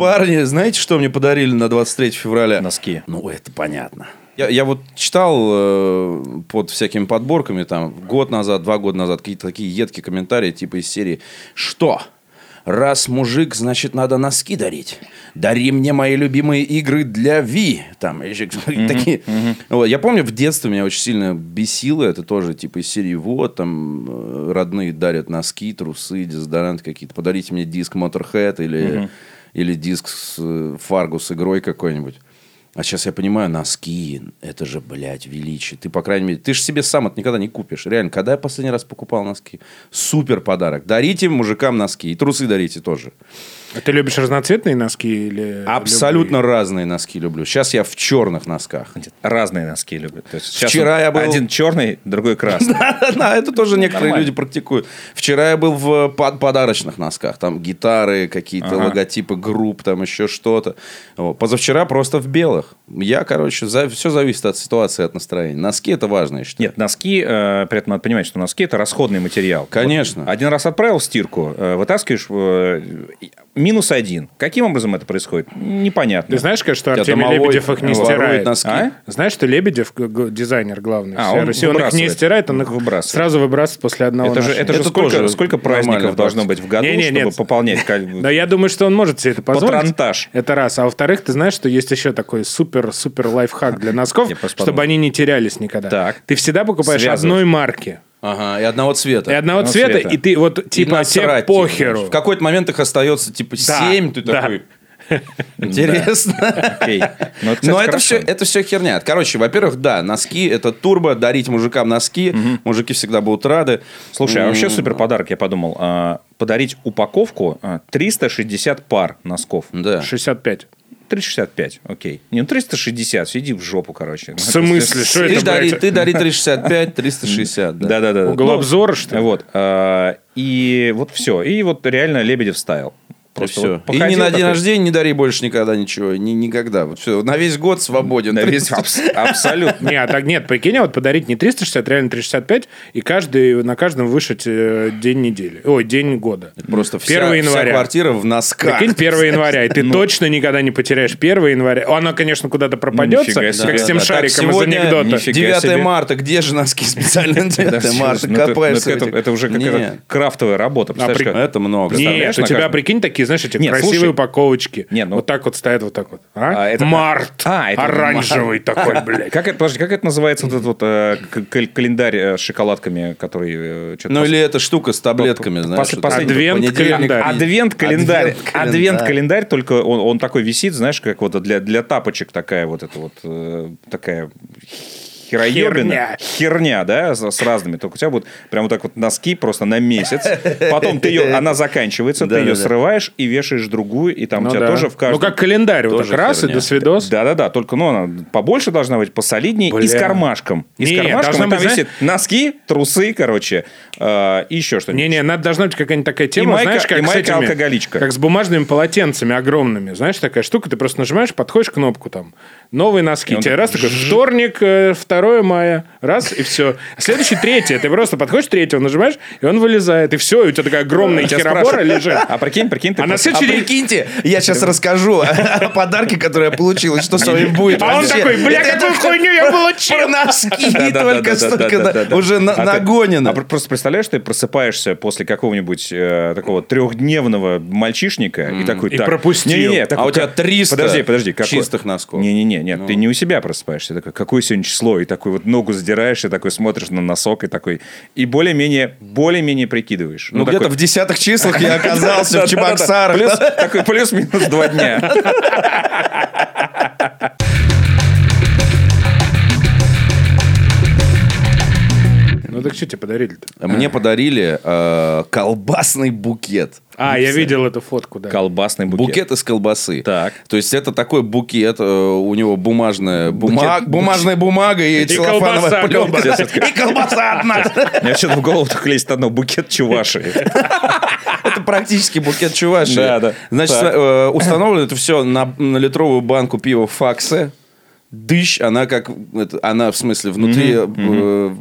Парни, знаете, что мне подарили на 23 февраля? Носки. Ну, это понятно. Я, я вот читал э, под всякими подборками, там, год назад, два года назад, какие-то такие едкие комментарии, типа из серии «Что? Раз мужик, значит, надо носки дарить. Дари мне мои любимые игры для Ви». Там еще такие. Вот, Я помню, в детстве меня очень сильно бесило это тоже, типа из серии «Вот, там, э, родные дарят носки, трусы, дезодоранты какие-то. Подарите мне диск Motorhead или, или диск с э, Фаргу с игрой какой-нибудь». А сейчас я понимаю, носки, это же, блядь, величие. Ты, по крайней мере, ты же себе сам это никогда не купишь. Реально, когда я последний раз покупал носки? Супер подарок. Дарите мужикам носки. И трусы дарите тоже. А ты любишь разноцветные носки или... Абсолютно разные носки люблю. Сейчас я в черных носках. Разные носки любят. То есть сейчас Вчера он- я был- Один черный, другой красный. Да, это тоже некоторые Нормально. люди практикуют. Вчера я был в э, под- подарочных носков. Там гитары, какие-то логотипы групп, там еще что-то. Вот. Позавчера просто в белых. Я, короче, все зависит от ситуации, от настроения. Носки это важно, я считаю. Нет, носки, э, при этом надо понимать, что носки – это расходный материал. Конечно. Вот один раз отправил в стирку, э, вытаскиваешь, э, и- минус один. Каким образом это происходит? Непонятно. Ты знаешь, конечно, что Тебя Артемий домовой Лебедев их не ворует стирает? носки. А? Знаешь, что Лебедев, г- г- дизайнер главный, А, всей он России, он их не выбрасывает. стирает, он их Выбрасывает. сразу выбрасывает после одного это же, это же Это сколько, тоже сколько нормальная праздников должно практика. быть в году, Не-не-не. чтобы пополнять каль- Да, я думаю, что он может себе это позволить. Патронтаж. Это раз. А во-вторых, ты знаешь, что есть еще такой супер-супер лайфхак для носков, Я просто чтобы подумал. они не терялись никогда. Так. Ты всегда покупаешь Связывать. одной марки. Ага, и одного цвета. И одного Одного цвета, цвета. и ты вот И типа тебе насрать, похеру. типа. В какой-то момент их остается типа Да, 7, ты да. такой... Интересно. Окей. Ну, это, кстати, Но это хорошо. все, это все херня. Короче, во-первых, да, носки это турбо, дарить мужикам носки, мужики всегда будут рады. Слушай, а М, вообще супер подарок, я подумал. а, Подарить упаковку а, 360 пар носков. Да. 65. 365, окей. Не, ну 360, сиди в жопу, короче. В смысле? Что Ты это, дари, блядь? ты дари 365, 360. Да. Да-да-да. Угол обзора, что ли? Ну, Вот. а, И вот все. И вот реально Лебедев ставил. И, Просто все. вот и походил ни на такой, день рождения не дари больше никогда ничего. Ни, никогда. Вот все. На весь год свободен. да, весь- абс- Абсолютно. Нет, так нет, прикинь, а вот подарить не 360, а реально 365, и каждый, на каждом вышить э, день недели. Ой, день года. Просто вся, 1 вся января. квартира в носках. Прикинь, 1 января, и ты Ну. точно никогда не потеряешь 1 января. Оно, конечно, куда-то пропадется, нифига себе, как с тем да. шариком из сегодня анекдота. а нифига 9 себе. марта, где же носки специально на 9 марта? Ну, это- ну, Копаешься. это- в этих- Это уже какая-то Нет. крафтовая работа. представляешь, А при- как- Это много. Нет, Представляешь, у на тебя, каждом- прикинь, такие, знаешь, эти Нет, красивые слушай. упаковочки. Не, ну- Вот так вот стоят, вот так вот. А? А, это- Март. А, это- Оранжевый такой, блядь. Как это, подожди, как это называется вот этот вот э, к- кал- календарь э, с шоколадками, который... э, чё-то Ну пос- или эта штука с таблетками, Пос- знаешь. пос- что там последний понедельник, адвент-календарь. пи- Адвент-календарь. Адвент-календарь. Адвент-календарь, только он, он такой висит, знаешь, как вот для, для тапочек такая вот эта вот э, такая хероебина. Херня. Херня, да, с, с разными. Только у тебя будут прям вот так вот носки просто на месяц. Потом ты ее, она заканчивается, ты ее Да-да-да. срываешь и вешаешь другую, и там у Ну тебя да. тоже в Ну каждом... как календарь, вот Тоже так раз и херня. до свидос. Да-да-да, только ну, она побольше должна быть, посолиднее и с Бля. кармашком. И Не, с кармашком, должна и быть, там знаешь- висит носки, трусы, короче, э, и еще что-нибудь. Не-не, надо должна быть какая-нибудь такая тема, майка- знаешь, как и с майка этими- алкоголичка. Как с бумажными полотенцами огромными. Знаешь, такая штука, ты просто нажимаешь, подходишь кнопку там, новые носки. он Тебе такой раз такой, вторник, э, 2 мая, раз, и все. Следующий, третий. Ты просто подходишь, третьего нажимаешь, и он вылезает, и все, и у тебя такая огромная Тебя херобора спрашивают, лежит. А прикинь, прикинь, ты А на просто- А следующий день... прикиньте, я сейчас расскажу о подарке, который я получил, и что с вами будет. А он вообще. такой, бля, Это какую только хуйню я получил! Про носки только столько да-да-да-да-да-да-да. уже на- А ты- нагонено. А пр- просто представляешь, ты просыпаешься после какого-нибудь э, такого трехдневного мальчишника и такой... И так, пропустил. «Не-не-не, А такой, у тебя как- 300 Подожди, подожди. какой- чистых носков. Ну. Не-не-не, нет, ты не у себя просыпаешься. Такой, какое сегодня число? И такой вот ногу задираешь, и такой смотришь на носок, и такой... И более-менее, более-менее прикидываешь. Ну, где-то такой- в десятых числах я оказался в Да-да-да-да. Чебоксарах. Плюс- Такой плюс-минус два дня. Ну так что тебе подарили-то? Мне подарили э, колбасный букет. А, я видел эту фотку, да. Колбасный букет. Букет из колбасы. Так. То есть это такой букет, э, у него бумажная, бума- Букет. бумажная бумага и, колбаса, целлофановая пленка. колбаса. И колбаса одна. Мне что-то в голову только лезет одно. Букет чуваши. Это практически букет чуваши. Да, да. Значит, Так. э, установлено это все на, на литровую банку пива факса. Дыщ, она как... это- она, в смысле, внутри э,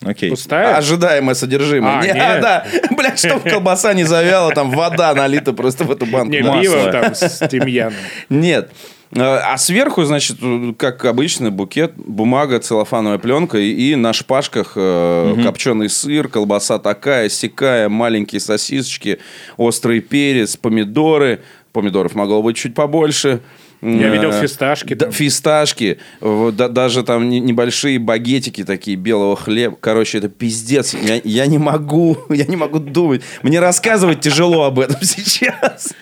Окей. Пустая? Ожидаемое содержимое. А, Не, нет. да. Бля, чтоб колбаса не завяла, там вода налита просто в эту банку. Не, масла. пиво там с тимьяном. Нет. Э, А сверху, значит, э, как обычно, букет, бумага, целлофановая пленка и, и на шпажках э, копченый сыр, колбаса такая, сякая, маленькие сосисочки, острый перец, помидоры. Помидоров могло быть чуть побольше. Я Э, видел фисташки да, там. фисташки, вот, да- даже там не- небольшие багетики такие белого хлеба. Короче, это пиздец. Я, я не могу, я не могу думать. Мне рассказывать тяжело об этом сейчас.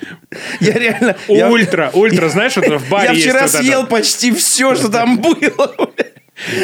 Я реально... я- Ультра, ультра, знаешь, вот в баре я есть вчера вот это. съел почти все, что там было.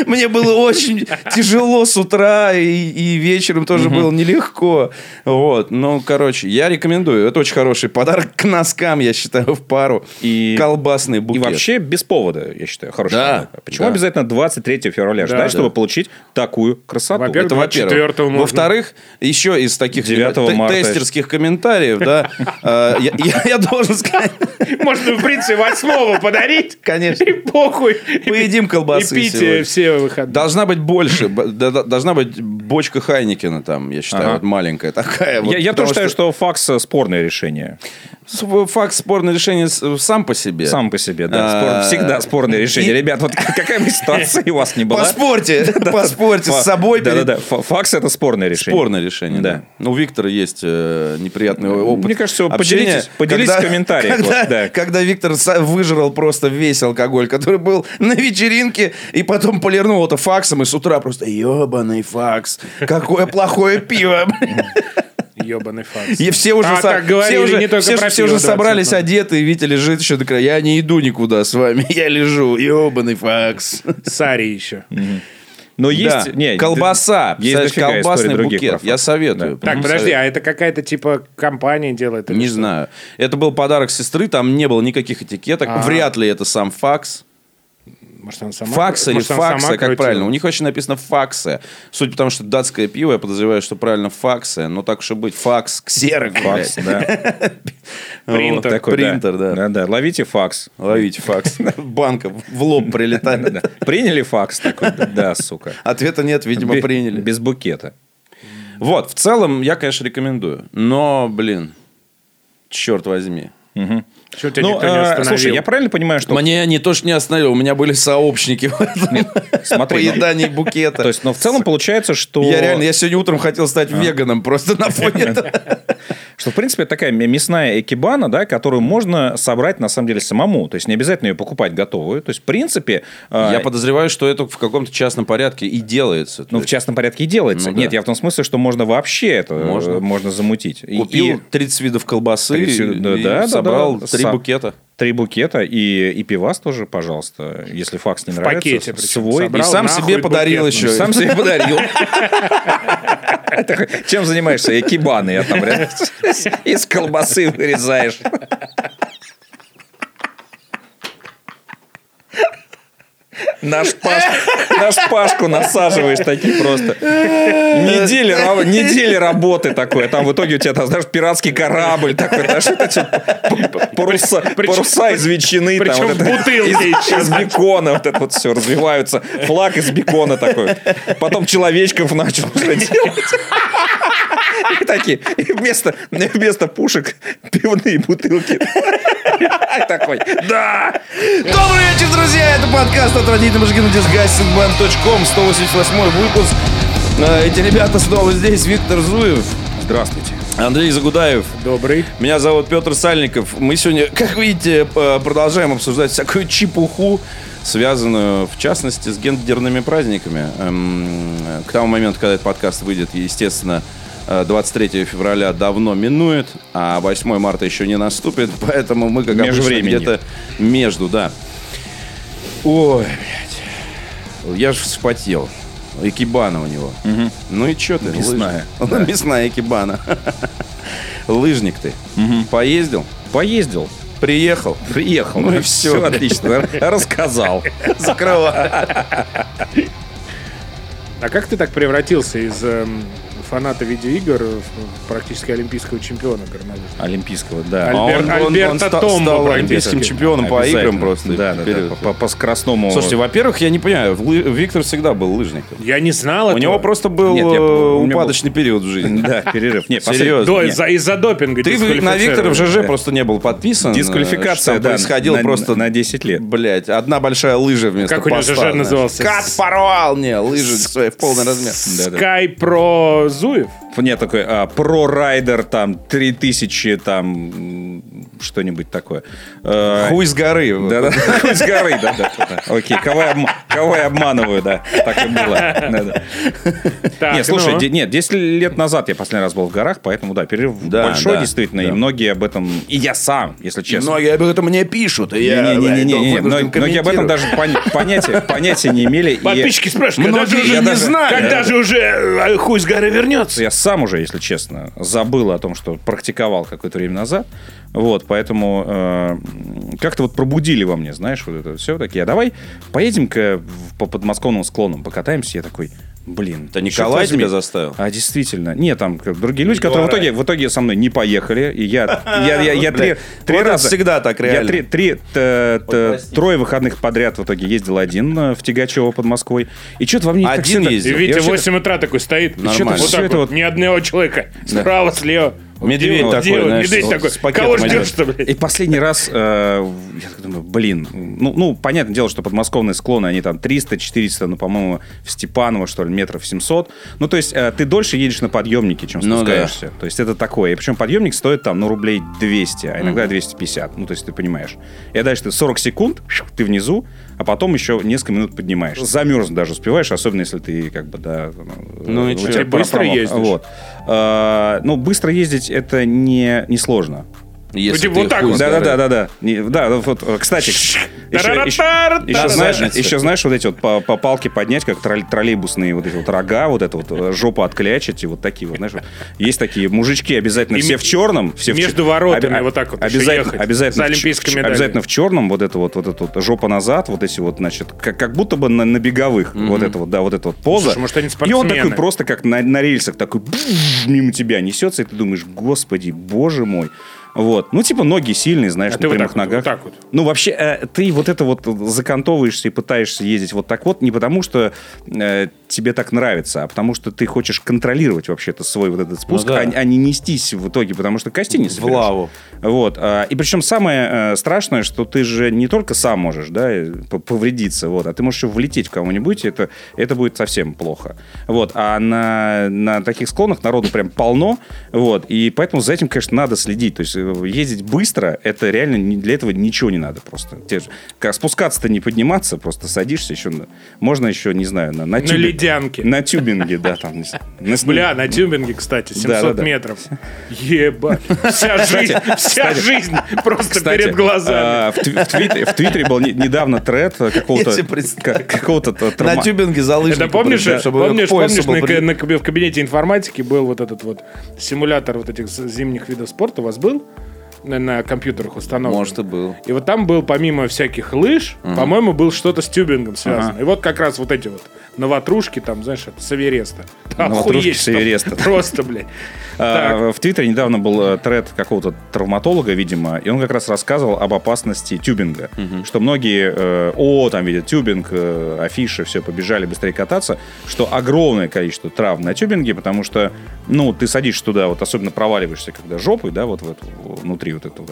Мне было очень тяжело с утра, и, и вечером тоже было нелегко. Вот. Ну, короче, я рекомендую. Это очень хороший подарок к носкам, я считаю, в пару. И- колбасный И букет. вообще без повода, я считаю, хорошая Да, подарка. Почему да. обязательно 23 февраля ждать, да. чтобы получить такую красоту? Во-первых, Это во-первых. 24-го можно. Во-вторых, еще из таких 9 те- марта. тестерских комментариев, да, э, я- я я должен сказать, Можно, в принципе, восьмого подарить. Конечно. И похуй. поедим И колбасы пить сегодня. э, все выходные. Должна быть больше. б- да- да- Должна быть бочка Хайникина там, я считаю, Ага. вот маленькая такая. вот, Я, я потому тоже считаю, что факс э, спорное решение. с- Факт спорное решение с- сам по себе. Сам по себе, да. спор- А, всегда спорное решение. Ребят, вот какая бы ситуация у вас не была. Поспорьте, поспорьте с собой. перед- Да-да-да, фа- факс это спорное решение. Спорное решение, да. Да. Ну, у Виктора есть э, неприятный опыт. Мне кажется, общения, поделитесь- поделитесь в комментариях, Когда, вот, да. когда Виктор са- выжрал просто весь алкоголь, который был на вечеринке, и потом полирнул это факсом, и с утра просто ебаный факс. Какое плохое пиво. Ебаный факт. И все уже, А, со- так все говорили, уже, не только все, про же- все пиво уже собрались 20, но. одеты, и Витя лежит еще до края. Я не иду никуда с вами, я лежу. Ебаный факс. Сари еще. Но Да, есть... не, колбаса. Есть представляешь, дофига историй колбасный других про букет. факс. Я советую. Так, Мгм. подожди, а это какая-то типа компания делает? или Не что? знаю. Это был подарок сестры, там не было никаких этикеток. Ага. Вряд ли это сам факс. Может, она сама? Факс или может, она сама факса, как крутила? правильно. У них очень написано факса. Суть потому, что датское пиво, я подозреваю, что правильно факса. Но так уж и быть. Факс, ксерок, Факс, блядь. да. Принтер. Вот Такой, да. Принтер, да. Да-да, ловите факс. Ловите факс. Банка в лоб прилетает. Да. Приняли факс такой, да, да, сука. Ответа нет, видимо, Бе- приняли. Без букета. Вот, в целом, я, конечно, рекомендую. Но, блин, черт возьми. Чё тебя Ну, никто не э, остановил? слушай, я правильно понимаю, что... Мне не то, что не остановил, у меня были сообщники в этом смотри, ну- поедании букета. То есть, но в целом получается, что... Я реально, я сегодня утром хотел стать веганом просто на фоне этого. Что, в принципе, это такая м- мясная экибана, да, которую можно собрать, на самом деле, самому. То есть, не обязательно ее покупать готовую. То есть, в принципе... э, Я подозреваю, что это в каком-то частном порядке и делается. То ну, в есть частном порядке и делается. Ну, да. Нет, я в том смысле, что можно вообще это э, Можно. можно, замутить. И- Купил и 30 видов колбасы 30 и- да, и да, да, собрал да, да. три Сам. букета. три букета и, и пивас тоже, пожалуйста, если факс не В нравится. пакете причем свой. И собрал. Брал сам нахуй себе подарил букет, еще. ну, Сам себе подарил. Чем занимаешься? Экибаны я там реально из колбасы вырезаешь. На шпажку, на шпажку насаживаешь такие просто. Недели, ра- недели работы такое. Там в итоге у тебя, там, знаешь, пиратский корабль такой. Знаешь, вот эти п- п- паруса, причем- паруса из ветчины. там, причем вот это, в бутылке из- еще. из бекона вот это вот все развиваются. Флаг из бекона такой. Потом человечков начал уже делать. И такие, и вместо, вместо пушек пивные бутылки. И Такой, да! Добрый вечер, друзья! Это подкаст от родителей Мужикина disgustingman.com, 188 выпуск. Э, Эти ребята снова здесь. Виктор Зуев, Здравствуйте. Андрей Загудаев. Добрый. Меня зовут Петр Сальников. Мы сегодня, как видите, п- продолжаем обсуждать всякую чепуху, связанную, в частности, с гендерными праздниками. Эм, К тому моменту, когда этот подкаст выйдет, естественно, э, 23 февраля давно минует, а 8 марта еще не наступит, поэтому мы, как обычно, Межвременье. где-то между, да. Ой, блядь. Я же вспотел. Экибана у него. Ну и чё ты? Мясная. лыжник? Мясная экибана. Лыжник ты. Поездил, Поездил, приехал, приехал. Ну и все, всё. отлично. Рассказал. закрывай. А как ты так превратился из эм, фаната видеоигр э, практически олимпийского чемпиона горнолыжного. Олимпийского, да. А А Олимпийского. Альбер- Альберто ста- Томбо стал практически. олимпийским чемпионом по Обязательно. играм просто. Да, да, Вперед. да, по, по скоростному. Слушайте, во-первых, я не понимаю, в лы- Виктор всегда был лыжником. Я не знал У него просто был Нет, я- э, у меня упадочный период в жизни. да, перерыв. Нет, Серьезно. До, нет. из-за, из-за допинга. Ты в- на дисквалифицировали. Виктора в ЖЖ просто не был ну, подписан. Дисквалификация, Там да, происходило на- просто... на 10 лет. Блять, одна большая лыжа вместо Как у него поста, ЖЖ знаешь. назывался? Кат порвал мне лыжи свои в полный размер. Да, да. Скай про Зуев. Нет, такой а, Pro Rider, там, 3000, там, м, что-нибудь такое. Э, Хуй с горы. Да, да, с горы, да, да. Окей, кого я, обма- кого я обманываю, да, так и было. Да, да. Так, нет, слушай, ну. де- нет, 10 лет назад я последний раз был в горах, поэтому да, перерыв Да, большой да, действительно, и да. многие об этом, и я сам, если И честно. Многие об этом мне пишут, и я... Не-не-не-не-не, блядь, мно- вынужден многие об этом комментирую. даже поня- понятия, понятия не имели. и Подписчики спрашивают, когда Многие же уже я не даже- знаю, когда Да. же уже э, хуй с горы вернется. Я сам уже, если честно, забыл о том, что практиковал какое-то время назад. Вот, поэтому э, как-то вот пробудили во мне, знаешь, вот это все такие. А давай поедем-ка в- по подмосковным склонам покатаемся. Я такой, блин. Это чёрт Николай возьми. тебя заставил? А, действительно. Нет, там как другие люди, которые в итоге, в итоге со мной не поехали. И я, я, я, я три, Бля, три вот это раза... всегда так Я реально. три, три, т- т- прости. трое выходных подряд в итоге ездил один э, в Тигачево под Москвой. И что-то во мне... как Один всегда- И ездил. Я Витя в вообще- 8 утра такой стоит. Нормально. Чё-то Вот Всё так это вот, вот- ни одного человека. Справа, слева. Вот Медведь где он, такой, где он? знаешь, Медведь вот такой. с пакетом Кого один. ждешь-то, И блядь? последний раз, э, я так думаю, блин, ну, ну, понятное дело, что подмосковные склоны, они там 300-400, ну, по-моему, в Степаново, что ли, метров 700. Ну, то есть, э, ты дольше едешь на подъемнике, чем Ну, спускаешься. То есть, это такое. И причем подъемник стоит там, ну, рублей 200, а иногда 250. Ну, то есть, ты понимаешь. И дальше ты 40 секунд, шух, ты внизу, а потом еще несколько минут поднимаешь. Замерзнуть даже успеваешь, особенно если ты, как бы, да... э, Ну и у чё, ты тебя пара быстро промок. ездишь? Вот. Э, Ну, быстро ездить, это не, не сложно. Если типа ты вот так хуй вот. с Да, да, горы. да, да, да. Не, Да, ну вот, э, кстати, еще, Тарарар-тар-тар. знаешь, задница. еще знаешь, вот эти вот по, по палке поднять, как тролль- троллейбусные вот эти вот рога, вот это вот э, жопа отклячить, и вот такие вот, знаешь, вот. есть такие мужички обязательно И все м- в черном, все в чер- между воротами обе- вот так вот еще обязательно, ехать обязательно, за в ч- олимпийской медалью. обязательно в черном, вот это вот, вот это вот жопа назад, вот эти вот, значит, как, как будто бы на, на беговых, вот это вот, да, вот это вот поза. Слушай, может, они и он спортсмены? такой просто как на, на рельсах такой бзж, мимо тебя несется, и ты думаешь, господи, боже мой. Вот. Ну, типа, ноги сильные, знаешь, А на ты вот прямых так вот, ногах. вот так вот. Ну, вообще, э, ты вот это вот закантовываешься и пытаешься ездить вот так вот не потому, что э, тебе так нравится, а потому что ты хочешь контролировать вообще-то свой вот этот спуск, Ну да. а, не- а не нестись в итоге, потому что кости не В соберешь. лаву. Вот. а, И причем самое э, страшное, что ты же не только сам можешь, да, э, п- повредиться, вот, а ты можешь еще влететь в кого-нибудь, и это, это будет совсем плохо. Вот. А на, на таких склонах народу прям полно, вот, и поэтому за этим, конечно, надо следить. То есть э, ездить быстро, это реально не- для этого ничего не надо просто. Те же- как Спускаться-то не подниматься, просто садишься еще, на- можно еще, не знаю, на, на, На ледянке. На тюбинге, да, там. не знаю, на сни- Бля, на тюбинге, кстати, 700 Да-да-да. метров. Ебать. Вся жизнь, вся жизнь просто Кстати, перед глазами. э, в, тв- в твиттере, в Твиттере был не- недавно тред э, Я какого-то себе представил. ка- какого-то т- На травма- тюбинге за лыжником, Это Типа, помнишь, да, чтобы помнишь, к поясу помнишь, был на- при- на каб- в кабинете информатики был вот этот вот симулятор вот этих з- зимних видов спорта у вас был на, на компьютерах установлен? Может, и был. И вот там был, помимо всяких лыж, по-моему, был что-то с тюбингом связано. И вот как раз вот эти вот новотрушки там, знаешь, это с Эвереста. Да Новотрушки охуеть с там. Эвереста. Просто, блядь. Так. А, В Твиттере недавно был э, тред какого-то травматолога, видимо, и он как раз рассказывал об опасности тюбинга. Что многие, э, о, там видят тюбинг, э, афиши, все, побежали быстрее кататься, что огромное количество травм на тюбинге, потому что, ну, ты садишься туда, вот особенно проваливаешься, когда жопой, да, вот в эту, внутри вот этого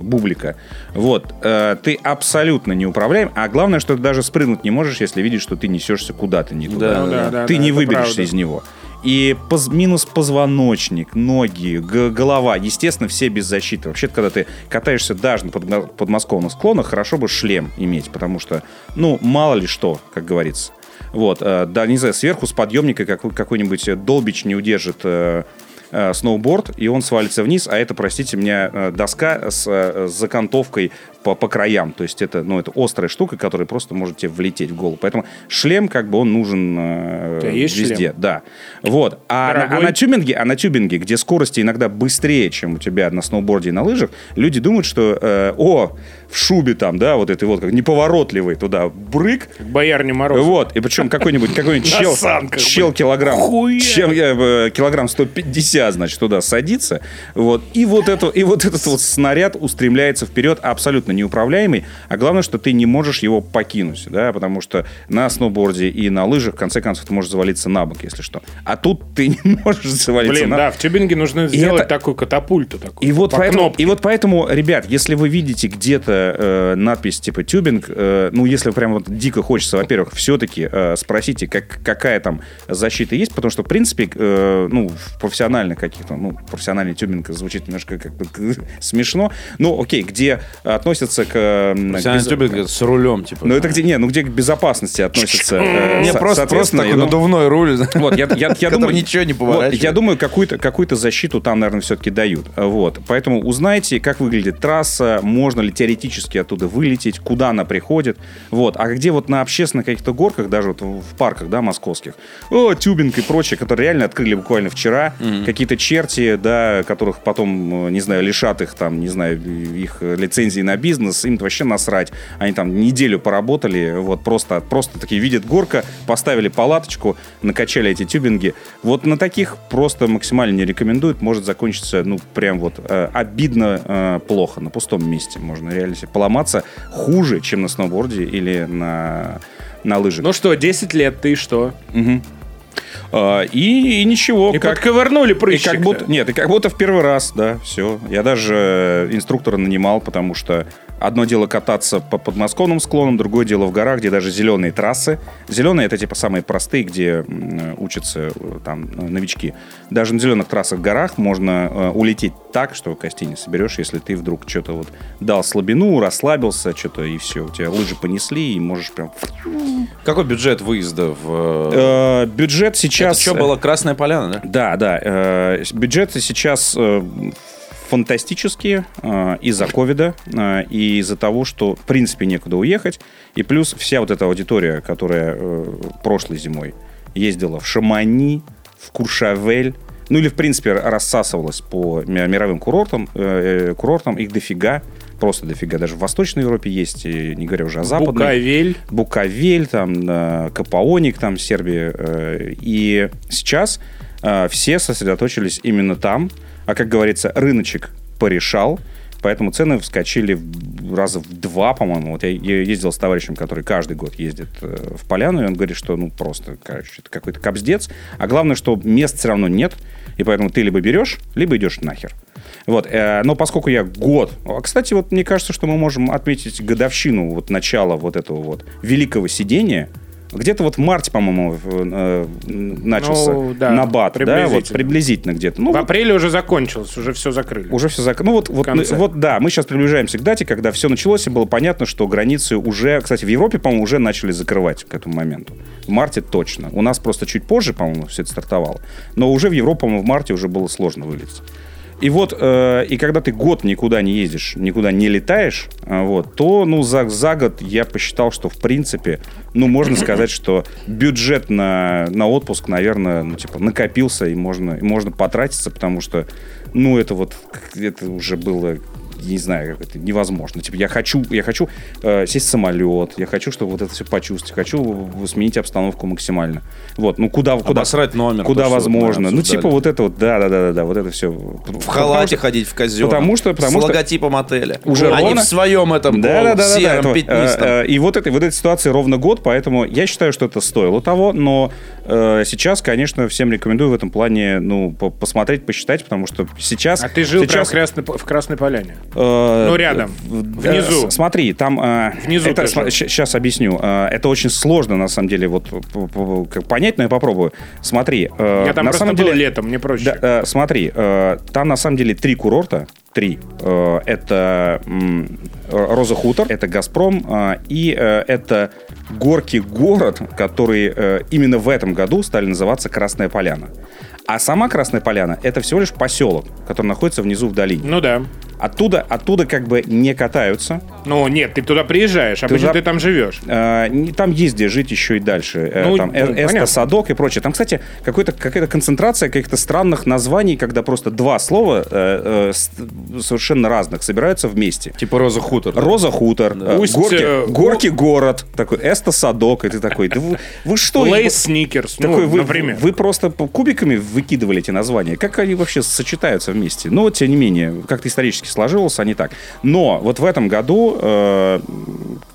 бублика. Вот, э, ты абсолютно неуправляем, а главное, что ты даже спрыгнуть не можешь, если видишь, что ты несешься куда-то не туда. Да, Ну да, да, ты да, не это выберешься правда. из из него. И поз- минус позвоночник, ноги, г- голова. Естественно, все без защиты. Вообще-то, когда ты катаешься даже на подгна- подмосковных склонах, хорошо бы шлем иметь, потому что, ну, мало ли что, как говорится. Вот, э, да, не знаю, сверху с подъемника какой- какой-нибудь э, долбич не удержит э, э, сноуборд, и он свалится вниз, а это, простите меня, э, доска с, э, с закантовкой по, по краям. То есть это, ну, это острая штука, которая просто может тебе влететь в голову. Поэтому шлем, как бы, он нужен э, тебя есть везде. шлем? Да. Вот. А, на- а Дорогой. на тюбинге, а на тюбинге, где скорости иногда быстрее, чем у тебя на сноуборде и на лыжах, люди думают, что э, о, в шубе там, да, вот этой вот как неповоротливый туда брык, Как Боярни Мороз. вот, и причем какой-нибудь какой На чел, санках, чел килограмм, Хуя. чем я, э, килограмм 150, значит, туда садится, вот, и вот, это, и вот этот вот снаряд устремляется вперед, абсолютно неуправляемый, а главное, что ты не можешь его покинуть, да, потому что на сноуборде и на лыжах, в конце концов, ты можешь завалиться на бок, если что, а тут ты не можешь завалиться Блин, на да, в тюбинге нужно сделать это- такую катапульту. Такую, и вот, по поэтому, кнопке. и вот поэтому, ребят, если вы видите где-то э, надпись типа тюбинг, э, ну, если прям вот дико хочется, во-первых, все-таки э, спросите, как, какая там защита есть, потому что, в принципе, э, ну, в профессиональных каких-то, ну, профессиональный тюбинг звучит немножко как бы смешно, но окей, где относятся к... э, м, к без- с рулем, типа. Ну, это где, не, ну, где к безопасности относятся. э, Не, просто, со- просто соответственно, такой и, ну, надувной руль. вот, я, я, я Который думаю, ничего не вот, поворачивает. я думаю, какую-то какую защиту там, наверное, все-таки дают. Вот. Поэтому узнайте, как выглядит трасса, можно ли теоретически оттуда вылететь, куда она приходит. Вот. А где вот на общественных каких-то горках, даже вот в парках, да, московских, о, тюбинг и прочее, которые реально открыли буквально вчера, какие-то черти, да, которых потом, э, не знаю, лишат их там, не знаю, их э, лицензии на бизнес, им вообще насрать. Они там неделю поработали, вот просто, просто такие видят горка, поставили палаточку, накачали эти тюбинги. Вот на таких просто максимально не рекомендуют, может закончиться, ну, прям вот э, обидно э, плохо, на пустом месте можно реально себе поломаться хуже, чем на сноуборде или на, на лыжах. Ну что, 10 лет, ты что? Мгм. А, и, и ничего, И как, подковырнули и прыщик как будто, нет, и как будто в первый раз, да, все. Я даже э, инструктора нанимал, потому что одно дело кататься по подмосковным склонам, другое дело в горах, где даже зеленые трассы. Зеленые это типа самые простые, где м, э, учатся э, там э, новички. Даже на зеленых трассах в горах можно э, улететь так, что костей не соберешь, если ты вдруг что-то вот дал слабину, расслабился, что-то и все. У тебя лыжи понесли, и можешь прям... Какой бюджет выезда в... Э, бюджет сейчас... что было? Красная поляна, да? Да, да. э, с- бюджеты сейчас э, фантастические э, из-за ковида э, и из-за того, что в принципе некуда уехать. И плюс вся вот эта аудитория, которая э, прошлой зимой ездила в Шамани, в Куршавель, ну или в принципе рассасывалась по ми- мировым курортам, э, э, курортам их дофига, просто дофига. Даже в Восточной Европе есть, и не говоря уже о Западной. Буковель. Буковель, там, э, Капаоник, там, Сербия. э, И сейчас э, все сосредоточились именно там. А, как говорится, рыночек порешал, поэтому цены вскочили в- раза в два, по-моему. Вот я е- ездил с товарищем, который каждый год ездит э, в Поляну, и он говорит, что, ну, просто, короче, это какой-то капздец. А главное, что мест все равно нет, и поэтому ты либо берешь, либо идешь нахер. Вот, э, но поскольку я год... А, Кстати, вот мне кажется, что мы можем отметить годовщину вот начала вот этого вот великого сидения. Где-то вот в марте, по-моему, в- э, начался Ну, да, набат, да, вот приблизительно. приблизительно где-то. Ну, В вот апреле уже закончилось, уже все закрыли. уже все зак... Ну вот, вот, конце. вот да, мы сейчас приближаемся к дате, когда все началось, и было понятно, что границы уже, кстати, в Европе, по-моему, уже начали закрывать к этому моменту. В марте точно. У нас просто чуть позже, по-моему, все это стартовало. Но уже в Европу, по-моему, в марте уже было сложно вылететь. И вот, э, и когда ты год никуда не ездишь, никуда не летаешь, а, вот, то, ну, за, за год я посчитал, что, в принципе, ну, можно сказать, что бюджет на, на отпуск, наверное, ну, типа, накопился, и можно, и можно потратиться, потому что, ну, это вот, как- это уже было я не знаю, как это невозможно. Типа, я хочу, я хочу э, сесть в самолет, я хочу, чтобы вот это все почувствовать, хочу сменить обстановку максимально. Вот, ну куда, куда, Обосрать номер, куда то, что мы возможно. Ну, обсуждали. типа, вот это вот, да, да, да, да, да, вот это все. В В халате ходить в козел. потому что- потому С что- логотипом отеля. Уже Они ровно- в своем этом да, да, да, голом, да, сером этого, э, пятнистом. э, И вот этой вот этой ситуации ровно год, поэтому я считаю, что это стоило того, но э, сейчас, конечно, всем рекомендую в этом плане, ну, по- посмотреть, посчитать, потому что сейчас... А ты жил прям сейчас, в Красной, в Красной Поляне. э, Ну, рядом, в- внизу. э, с- Смотри, там... э, Внизу это ты см- жил. щ- Сейчас объясню. Э, Это очень сложно, на самом деле, вот п- п- как понять, но я попробую. Смотри. э, Я там на просто самом был деле, летом, мне проще. Да, э, смотри, э, там на самом деле три курорта. Три. Э, это м, Р- Роза Хутор, это Газпром э, и э, это Горки город, который э, именно в этом году стали называться Красная Поляна. А сама Красная Поляна это всего лишь поселок, который находится внизу в долине. Ну да. Оттуда, оттуда как бы не катаются. Ну нет, ты туда приезжаешь, обычно за- ты там живешь. Э, не- Там есть где жить еще и дальше. Э, Ну, там ну, Э- Эста, понятно. Садок и прочее. Там, кстати, какой-то, какая-то концентрация каких-то странных названий, когда просто два слова э, э, с- совершенно разных собираются вместе. Типа Роза Хутор. Роза хутор, э, Пусть, э, горки, у- горки город, такой Эста Садок, и ты такой, да вы, вы что? Лейс Сникерс, ну, Такой, вы, например. вы просто по- кубиками выкидывали эти названия. Как они вообще сочетаются вместе? Но, тем не менее, как-то исторически сложилось, они так. Но вот в этом году э,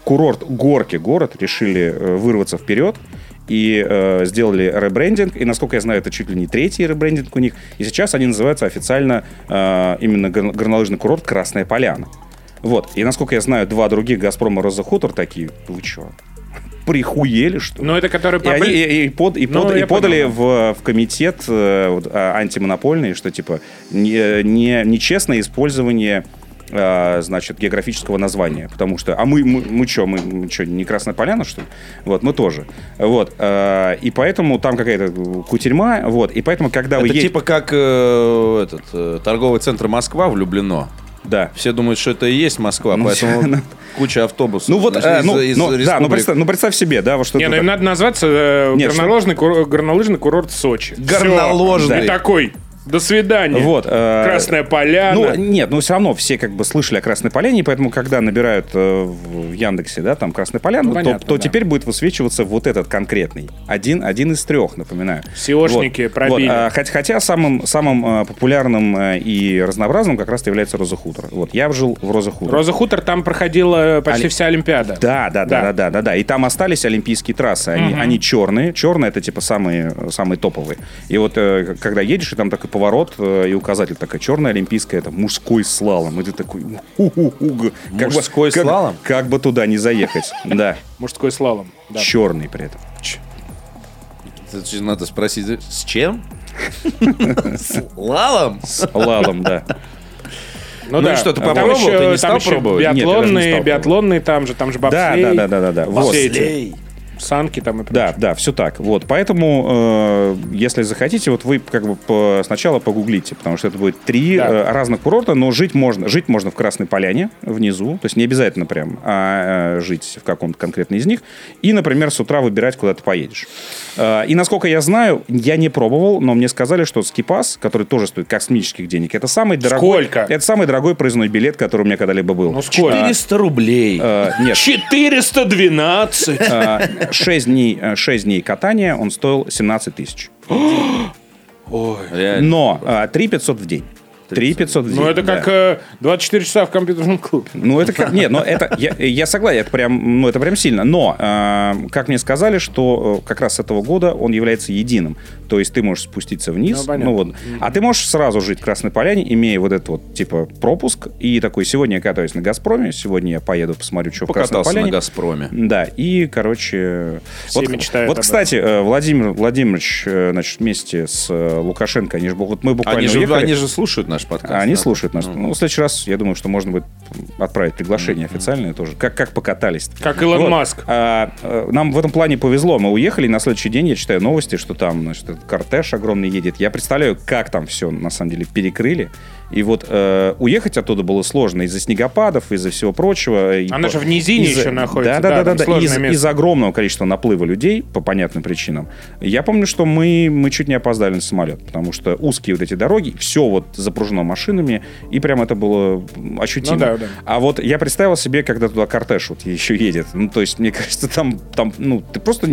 курорт Горки город решили э, вырваться вперед и э, сделали ребрендинг. И, насколько я знаю, это чуть ли не третий ребрендинг у них. И сейчас они называются официально э, именно гор- горнолыжный курорт Красная Поляна. Вот. И, насколько я знаю, два других «Газпрома» Роза Хутор такие, вы чё, прихуели, что ли? Ну это который И, по... они, и, и под- и Ну, под- и я подали в, в комитет э, вот, а, антимонопольный, что типа не- не- нечестное использование э, значит, географического названия. Потому что, а мы, мы, мы что, мы, что, не Красная Поляна, что ли? Вот, мы тоже. Вот, э, и поэтому там какая-то кутерьма, вот, и поэтому, когда вы Это едете... типа как э, этот э, торговый центр Москва влюблено. Да. Все думают, что это и есть Москва, Ну, поэтому куча автобусов. Ну вот, из- э, из- ну, из ну, да, ну республик. представь, ну представь себе, да, во что Не, ты ну так- им надо назваться э, Нет, что- горнолыжный, кур- горнолыжный курорт Сочи. Всё. Горноложный. И такой, до свидания. Вот, э, Красная Ну, поляна. нет, но все равно все как бы слышали о Красной Поляне, и поэтому, когда набирают э, в в Яндексе, да, там Красная Поляна, Ну, то- понятно, то, да. теперь будет высвечиваться вот этот конкретный. Один, один из трех, напоминаю. SEOшники Вот. пробили. Вот, а, хоть- хотя самым, самым э, популярным э, и разнообразным как раз является Роза Хутор. Вот, я жил в Роза Хутор. Роза Хутор там проходила почти Али- вся Олимпиада. Да, да, да, Да. да, да, да, да. И там остались олимпийские трассы. Они, они черные. Черные это типа самые, самые топовые. И вот э, когда едешь, и там такой поворот э, и указатель такая черная олимпийская, это мужской слалом. И ты такой «Ху-ху-ху». Г- как бы- Мужской как- слалом? Как бы туда не заехать. Да. Мужской слалом. Да. Черный при этом. Это же Надо спросить, с чем? С лалом? Лалом, да. Ну и что, ты Там попробовал? еще- Ты не стал там еще пробовать? Нет, я даже не стал биатлонные, пробовать. биатлонные там же, там же Да, бобслей. да, да, да, да, да. Вот. Все эти санки там и Да, прочее. да, все так. Вот, поэтому, э, если захотите, вот вы как бы по- сначала погуглите, потому что это будет три Да. э, разных курорта, но жить можно, жить можно в Красной Поляне внизу, то есть не обязательно прям а, э, жить в каком-то конкретном из них. И, например, с утра выбирать, куда ты поедешь. Э, и насколько я знаю, я не пробовал, но мне сказали, что скипас, который тоже стоит космических денег, это самый дорогой, Сколько? это самый дорогой проездной билет, который у меня когда-либо был. Ну сколько? 400 рублей. Э, нет. 412. 6 дней, 6 дней катания он стоил 17 тысяч. Реально. Но а, 3 500 в день. 3 500 в день. Ну это да. как э, 24 часа в компьютерном клубе. Ну, это как... Нет, но это... Я, я согласен, это прям, ну, это прям сильно. Но, а, как мне сказали, что э, как раз с этого года он является единым. То есть ты можешь спуститься вниз. Ну, Ну, понятно. вот. А ты можешь сразу жить в Красной Поляне, имея вот этот вот, типа, пропуск. И такой, сегодня я катаюсь на «Газпроме», сегодня я поеду, посмотрю, что в Красной Покатался на Поляне. «Газпроме». Да, и, короче... Все вот, мечтают Вот, об кстати, э, Владимир Владимирович, э, значит, вместе с э, Лукашенко, они же... бу- Вот мы буквально Они же, уехали. они же слушают наш подкаст. А Ну, Они да? слушают нас. Ну, в следующий раз, я думаю, что можно будет отправить приглашение официальное тоже. Как, как покатались. Как Илон Маск. А, э, нам в этом плане повезло. Мы уехали, и на следующий день я читаю новости, что там значит, этот кортеж огромный едет. Я представляю, как там все на самом деле перекрыли. И вот э, уехать оттуда было сложно из-за снегопадов, из-за всего прочего. И Она по- же в низине еще находится, Да, да, да, да, да. там сложное Из, место. из-за огромного количества наплыва людей по понятным причинам. Я помню, что мы, мы чуть не опоздали на самолет, потому что узкие вот эти дороги, все вот запружено машинами, и прям это было ощутимо. Ну да, да. А вот я представил себе, когда туда кортеж вот еще едет. Ну, то есть, мне кажется, там, там ну, ты просто...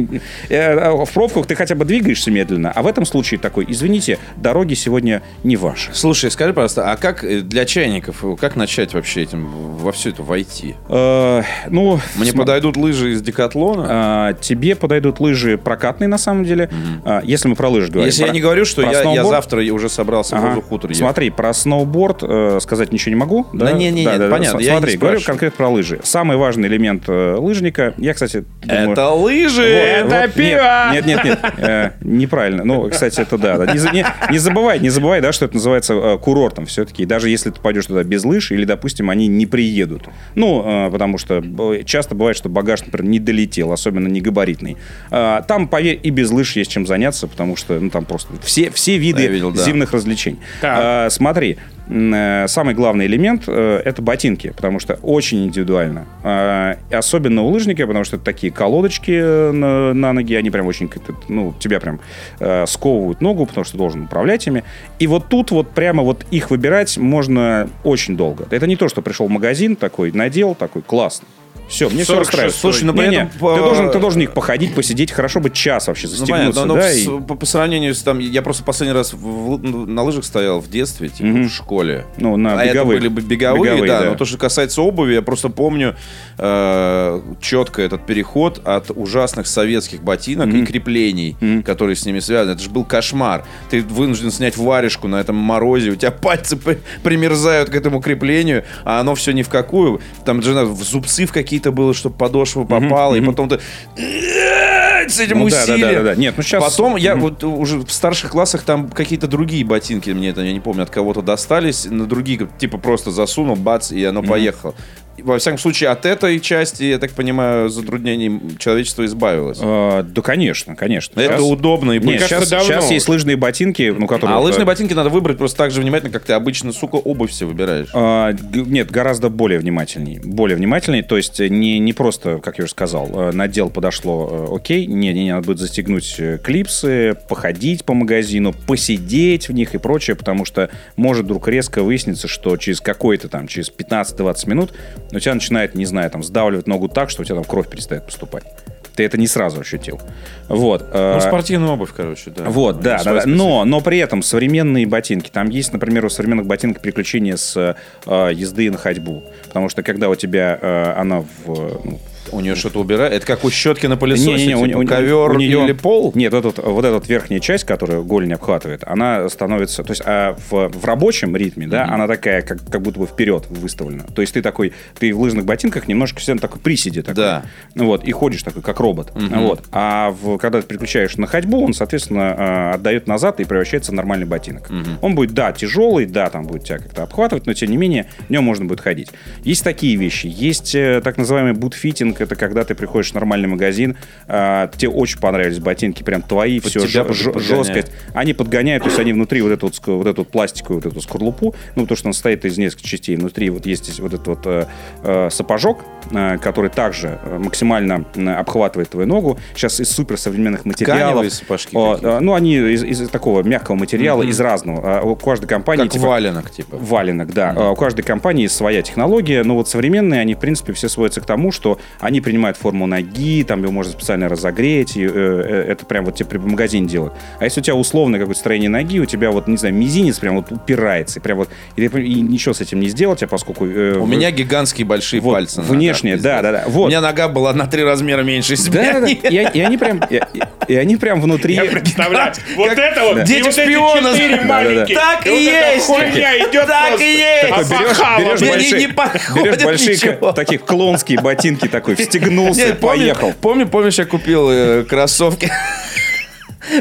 э, в пробках ты хотя бы двигаешься медленно, а в этом случае такой, извините, дороги сегодня не ваши. Слушай, скажи, пожалуйста, а как э, для чайников, э, как начать вообще этим, в- во все это войти? Э, ну, Мне см- подойдут лыжи из Декатлона? А, тебе подойдут лыжи прокатные, на самом деле. А, если мы про лыжи говорим. Если я Про- не говорю, что про я, я сноуборд- завтра и уже собрался Ага. в Розу Хутор ехать. Смотри, про сноуборд э, сказать ничего не могу. Да не-не-не, понятно, См- я и не Смотри, говорю спрашиваю. конкретно про лыжи. Самый важный элемент э, лыжника, я, кстати, думаю- Это лыжи! Вот, это вот, пиво! Нет, нет, нет, нет, э, неправильно. Ну, кстати, это да. да. Не, за- не- не забывай, не забывай, да, что это называется э, курортом все-таки, даже если ты пойдешь туда без лыж, или, допустим, они не приедут. Ну, э, потому что б- часто бывает, что багаж, например, не долетел, особенно не габаритный. А, Там, поверь, и без лыж есть чем заняться, потому что, ну, там просто все, все виды я видел, да. зимных развлечений. Так. А, Смотри, м, э, самый главный элемент э, это ботинки, потому что очень индивидуально. А, и Особенно у лыжника, потому что это такие колодочки э, на, на ноги, они прям очень, как-то, ну, тебя прям э, сковывают ногу, потому что ты должен управлять ими. И вот тут вот прямо вот их выбирать можно очень долго. Это не то, что пришел в магазин такой, надел такой, классно. Все, мне все 46-й. устраивает. Слушай, ну, при Не-не, этом, ты, э, должен, ты должен их походить, посидеть, хорошо бы час вообще Ну, застегнуться. понятно, но да, в- и- по, по сравнению с там, я просто последний раз в- в- на лыжах стоял в детстве, типа Мгм. в школе. Ну, на а беговых. это были бы беговые, Беговые, да, да. Но то, что касается обуви, я просто помню э, четко этот переход от ужасных советских ботинок и креплений, которые с ними связаны. Это же был кошмар. Ты вынужден снять варежку на этом морозе, у тебя пальцы при- примерзают к этому креплению, а оно все ни в какую. Там же надо в зубцы в какие-то было, чтобы подошва попала, и потом ты э, с этим Ну да, да, усилием. да, да, да. Нет, ну щас- Потом я вот уже в старших классах там какие-то другие ботинки, мне это, я не помню, от кого-то достались, на другие, как, типа, просто засунул, бац, и оно поехало. И, Во всяком случае, от этой части, я так понимаю, затруднений человечество избавилось. Э, да, конечно, конечно. Это Щас- удобно и Нет, быстро. кажется, сейчас, давно уже. есть лыжные ботинки, ну, которые... А вот, лыжные э, ботинки надо выбрать просто так же внимательно, как ты обычно, сука, обувь все выбираешь. а, г- Нет, гораздо более внимательней. Более внимательней, то есть э, не, не просто, как я уже сказал, э, на дел подошло э, окей, не, не, не, надо будет застегнуть э, клипсы, походить по магазину, посидеть в них и прочее, потому что может вдруг резко выясниться, что через какое-то там, через 15-20 минут у тебя начинает, не знаю, там, сдавливать ногу так, что у тебя там кровь перестает поступать. Ты это не сразу ощутил. Вот. э, Ну, спортивную обувь, короче, да. Вот, да, да, Ну, да. Но, но при этом современные ботинки. Там есть, например, у современных ботинок приключения с э, езды на ходьбу. Потому что когда у тебя э, она в... э, ну, У нее что-то убирает. Это как у щетки на пылесосе, не-не-не, у- типа, у- ковер у неё- или пол? Нет, вот, этот- вот эта вот верхняя часть, которая голень обхватывает, она становится... То есть а в, в рабочем ритме, да, она такая, как, как будто бы вперед выставлена. То есть ты такой, ты в лыжных ботинках немножко всем такой приседе такой. Да. Ну Вот, и ходишь такой, как робот. Вот. А в- когда ты переключаешь на ходьбу, он, соответственно, э, отдает назад и превращается в нормальный ботинок. Он будет, да, тяжелый, да, там будет тебя как-то обхватывать, но тем не менее, в нем можно будет ходить. Есть такие вещи. Есть э, так называемый бутфитинг, это когда ты приходишь в нормальный магазин, э, тебе очень понравились ботинки, прям твои, Под все, тебя под- подгоняют. жесткость. Они подгоняют, то есть они внутри вот эту вот, ск- вот эту вот пластиковую вот эту скорлупу, ну, потому что он состоит из нескольких частей. Внутри вот есть здесь вот этот вот э, э, сапожок, э, который также э, максимально э, обхватывает твою ногу. Сейчас из суперсовременных материалов. Тканевые сапожки О, какие-то? э, ну, они из, из такого мягкого материала, из разного. А У каждой компании... Как типа, валенок, типа. Валенок, да. А, У каждой компании своя технология, но вот современные, они, в принципе, все сводятся к тому, что они принимают форму ноги, там ее можно специально разогреть, и, э, э, это прям вот тебе при магазине делают. А если у тебя условно какое-то строение ноги, у тебя вот, не знаю, мизинец прям вот упирается, и прям вот, и, ты- и ничего с этим не сделать, а поскольку... э, У в- меня гигантские большие вот, пальцы. на Внешне, ногах, да, да, да. Вот. У меня нога была на три размера меньше себя. Да, да, да. И, они- и они прям, и, и они прям внутри. Я представляю. Вот Как это вот. и дети вот эти шпиона. четыре Да-да-да. маленькие. Так и вот эта есть. хуйня идет Так и просто. есть. А Такой берешь- пахало, берешь блядь. Мне не- большие, не подходит берешь большие ничего. ка- такие клонские ботинки такой, встегнулся, Не, помню, поехал. помню, помнишь, я купил э, кроссовки.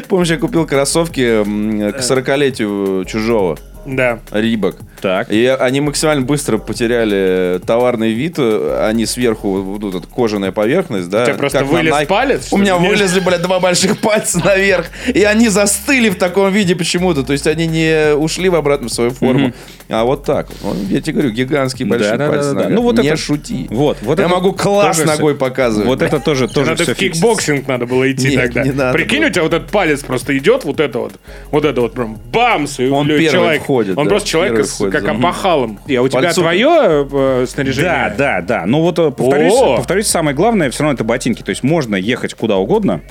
Помнишь, я купил кроссовки м, к 40-летию чужого Да. рибок. Так. И они максимально быстро потеряли товарный вид. э, Они сверху, вот эта кожаная поверхность, да. У тебя просто как на вылез Nike. палец, У что ли? меня вылезли, блядь, два больших пальца наверх. И они застыли в таком виде почему-то. То есть они не ушли в обратную свою форму. А вот так. вот. Я тебе говорю, гигантские большие Да-да-да-да-да. пальцы наверх. Ну, вот не это- шути. Вот, вот Я это могу класс тоже всё. ногой показывать. Вот блядь. это тоже, тоже Надо всё в кикбоксинг надо было идти Нет, тогда. не надо Прикинь, было. у тебя вот этот палец просто идет, вот это вот, вот это вот прям бамс, и Он лё- первый человек, входит, Он да, просто человек первый с- входит, как да. опахалом. И у тебя Пальцу- твое э, снаряжение. Да, да, да. Ну вот э, повторюсь, О! повторюсь, самое главное, все равно это ботинки. То есть можно ехать куда угодно,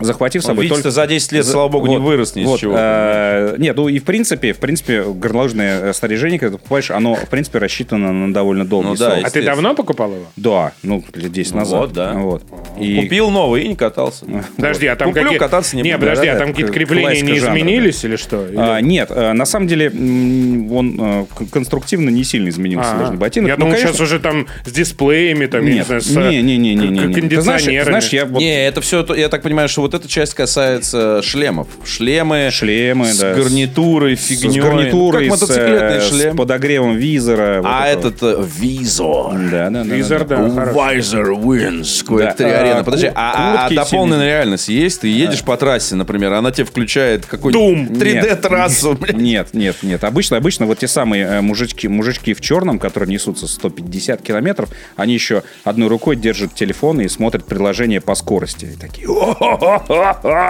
захватив с Он, собой видишь, только... ты Ну, за 10 лет, за- слава богу, не вот, вырос ни из вот, чего. э, Нет, ну и в принципе, в принципе, горнолыжное э, снаряжение, когда ты покупаешь, оно, в принципе, рассчитано на довольно долгий Ну да, срок. А ты естественно. давно покупал его? Да, ну, лет 10 Ну назад. вот, да. Вот. И- Купил новый и не катался. Подожди, а там Куплю, какие... кататься не буду, подожди, да, а да, там это какие-то классика крепления не жанра, да. изменились или что? Или- А, нет, э, на самом деле м, он э, к- конструктивно не сильно изменился А, лыжный ботинок. Я Ну, думал, конечно, сейчас уже там с дисплеями, там, я не нет, знаю, с не, не, не, не, не, не. к- Ты знаешь, кондиционерами. знаешь, я вот Не, это все, я так понимаю, что вот эта часть касается шлемов. Шлемы, Шлемы, с да, с- гарнитурой, С фигней. гарнитурой, как с, мотоциклетный э, с шлем. подогревом визора. вот А этого. этот э, визор. Да, да, да, Визор, да. да, хороший. Вайзер Wins, Quake Да. 3 А, Арена. ку- Подожди, а- а, а куртки дополненная реальность есть? Ты едешь по трассе, например, она тебе включает Doom. какой-нибудь 3D-трассу. блин. Нет, нет, нет. Обычно, обычно вот те самые э, мужички, мужички в черном, которые несутся 150 километров, они еще одной рукой держат телефон и смотрят приложение по скорости. И такие, «О-хо-хо-хо-хо!»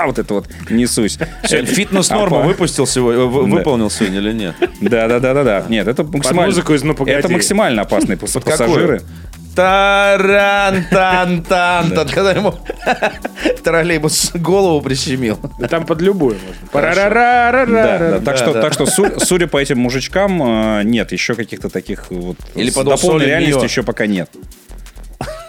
вот это вот несусь. Э, Фитнес-норма А по- выпустил сегодня, в- выполнил сегодня или нет? Да, да, да, да, да. Нет, это максимально. музыку из «Ну, погоди». Это максимально опасные пас- пассажиры. таран тан тан Когда ему троллейбус голову прищемил. Да Там под любую можно. Да, да. Парарарарарара. Так Да, что, да. так что, су- судя по этим мужичкам, э, нет, еще каких-то таких вот Или с подол дополненной соли реальности Мио. еще пока нет.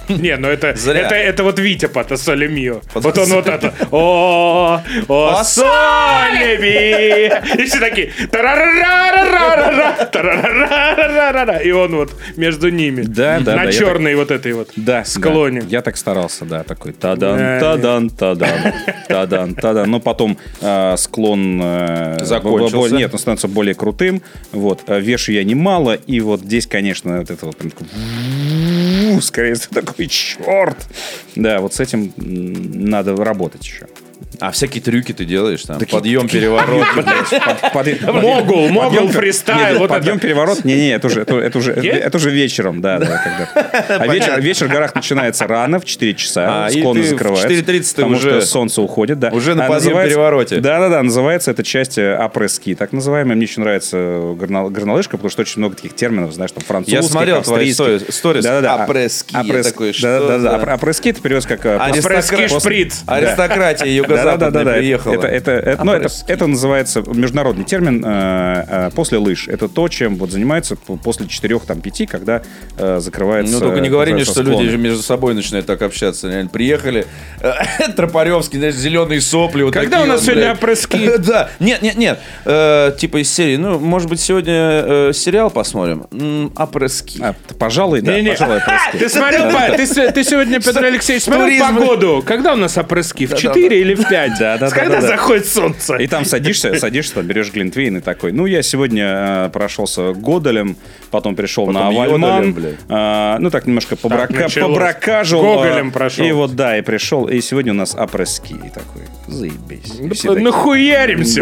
Не, ну это, Зря. это, это вот Витя под соли Мио. Под- Вот он вот это. О, о, О, соли Мио. И все такие. тарарарарарара, тарарарарарара. И он вот между ними. Да, да, да, На я черной вот этой вот. Да, Склоне. да. Я так старался, да, такой Да, Э, тадан, тадан, тадан, тадан, тадан. Но потом э, склон э, Закончился. бо- бо- Нет, он становится более крутым. Вот э, вешу я немало, и вот здесь, конечно, вот это вот прям такой «Ву-у-у», скорее всего, такой черт. Да, вот с этим м, надо работать еще. А всякие трюки ты делаешь там? Подъем, переворот. Могул, могул фристайл. Вот подъем, это. переворот. Не, не, это уже, это, это уже, это, это уже вечером, да, да, когда. А вечер, вечер в горах начинается рано в 4 часа, А, и склоны ты в закрываются. 4:30 ты потому уже- что солнце уходит, да. А, уже на подъем, называется- перевороте. Да, да, да, называется эта часть э, апрески, так называемая. Мне очень нравится э, горно- горнолыжка, потому что очень много таких терминов, знаешь, там французский, Я смотрел твои сторис- сторис. Да, да, да. Апрески, я такой, что Да, да, да. за- А, Апрески это переводится как э, после- Аристокра- Фрески шприц. Аристократия да, юго-западная да, да, приехала. А Это, это, это, ну, это, это называется международный термин э, э, после лыж. Это то, чем вот занимается п- после 4-5, когда э, закрывается. Ну, только не говори мне, что закрываются люди склоны. же между собой начинают так общаться. Реально, приехали, э, Тропаревский, знаешь, зеленые сопли. Вот Когда такие у нас вот, сегодня блядь. опрыски? Да, нет, нет, нет. Э, Типа из серии, ну, может быть, сегодня э, сериал посмотрим? М, Опрыски. А, т- пожалуй, да, Не-не. пожалуй, Ты просто. смотрел, па- ты се- ты сегодня, Петр Алексеевич, смотрел туризм. погоду? Когда у нас опрыски? В 4 или в 5? Да, да, да, Когда да, да. заходит солнце? И там садишься, садишься, там берешь глинтвейн и такой. Ну, я сегодня э, прошелся Годелем, потом пришел на Потом Авальман. Йоделем, блядь. э, ну, так немножко побрака, началось. побракажил. э, Гоголем прошел. И вот, да, и пришел. И сегодня у нас апрески. И такой, заебись. И ну, все такие, Нахуяримся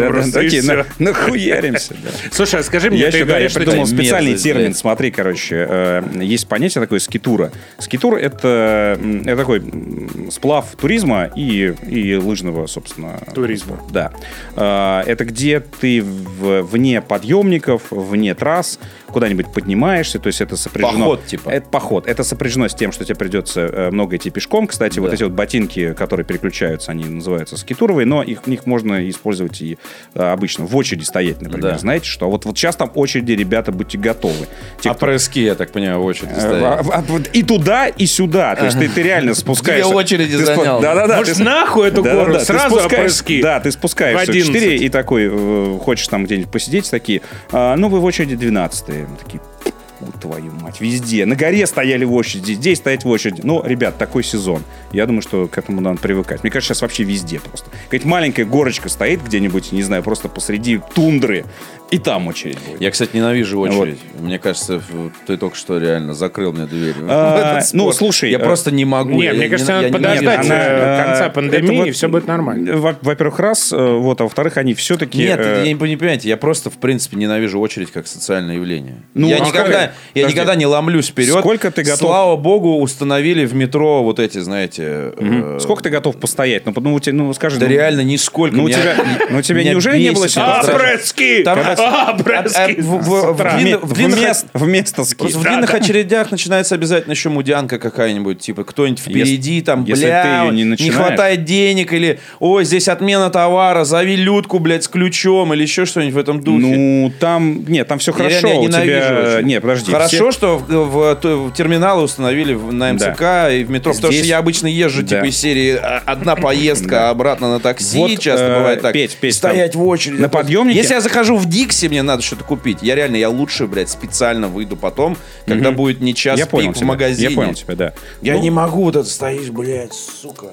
Да, да, просто, и такие, всё. на- нахуяримся, да. Слушай, а скажи мне, Я ты еще, да, я говоришь, что придумал это специальный мерзость, термин. блядь. Смотри, короче, э, есть понятие такое скитура. Скитур — это, м, это такой м, сплав туризма и, и лыжного, собственно. Туризма. Да. Э, это где ты в- вне подъемников, вне трасс, куда-нибудь поднимаешься, то есть это сопряжено... Поход, типа. Это поход. Это сопряжено с тем, что тебе придется э, много идти пешком. Кстати, вот Да. эти вот ботинки, которые переключаются, они называются скитуровые, но их, них можно использовать и э, обычно. В очереди стоять, например. Да. Знаете что? Вот, вот сейчас там очереди, ребята, будьте готовы. А Те, кто- Опрыски, я так понимаю, в очереди Э, стоят. а, а, вот И туда, и сюда. То есть ты, ты реально спускаешься. очереди Ты спо- занял. Да-да-да. Может, ты- нахуй эту да, гору? да, да. Ты Сразу спускаешь- опрыски. Да, ты спускаешься В в 4 11. и такой, э, хочешь там где-нибудь посидеть, такие, «А, ну вы в очереди 12 Такие, «Пу, твою мать, везде. На горе стояли в очереди, здесь стоять в очереди. Ну, ребят, такой сезон. Я думаю, что к этому надо привыкать. Мне кажется, сейчас вообще везде просто. Какая-то маленькая горочка стоит где-нибудь, не знаю, просто посреди тундры, и там очередь будет. Я, кстати, ненавижу очередь. Мне кажется, ф- ты только что реально закрыл мне дверь. А, в этот ну, спорт. слушай, Я э, просто не могу. Не, Я- мне я кажется, я надо не- подождать Нет, она, э, э, конца это пандемии, вот- и все будет нормально. Во- Во-первых, раз, э, вот, а во-вторых, они э, все-таки... Нет, это я не пони- понимаете, я просто, в принципе, ненавижу очередь как социальное явление. Ну, я, а никогда, сколько- я подожди. никогда не ломлюсь вперед. Сколько ты готов? Слава богу, установили в метро вот эти, знаете... э, Сколько ты готов постоять? Ну, потому тебе, ну, скажи, Да ну, реально нисколько. Ну, у Меня- тебя- ну, у тебя меня неужели не было бесит ситуации? А, страшно. Опрыски! Там- Опрыски! А, в- в- в Вме- длинных- в длинных- вместо, вместо ски. Просто в Да, длинных да. очередях начинается обязательно еще мудянка какая-нибудь, типа кто-нибудь впереди, там, если ты бля, её не начинаешь. хватает денег, или ой, здесь отмена товара, зови Людку, блядь, с ключом, или еще что-нибудь в этом духе. Ну, там... Нет, там все Я хорошо. реально у ненавижу тебя... очень. Нет, подожди. Хорошо, все- что в, в- э, в- в терминалы установили в- на МЦК и в метро. Потому Здесь- что я обычно езжу, типа, Да. из серии а, одна поездка, а обратно на такси. Вот, часто э, бывает так. Петь, Петь, Стоять в очереди. на подъемнике? Если я захожу в Дикси, мне надо что-то купить. Я реально, я лучше, блядь, специально выйду потом, когда будет не час Я пик понял в тебя. магазине. Я понял тебя, да. Я Ну, не могу, вот это стоишь, блядь, сука.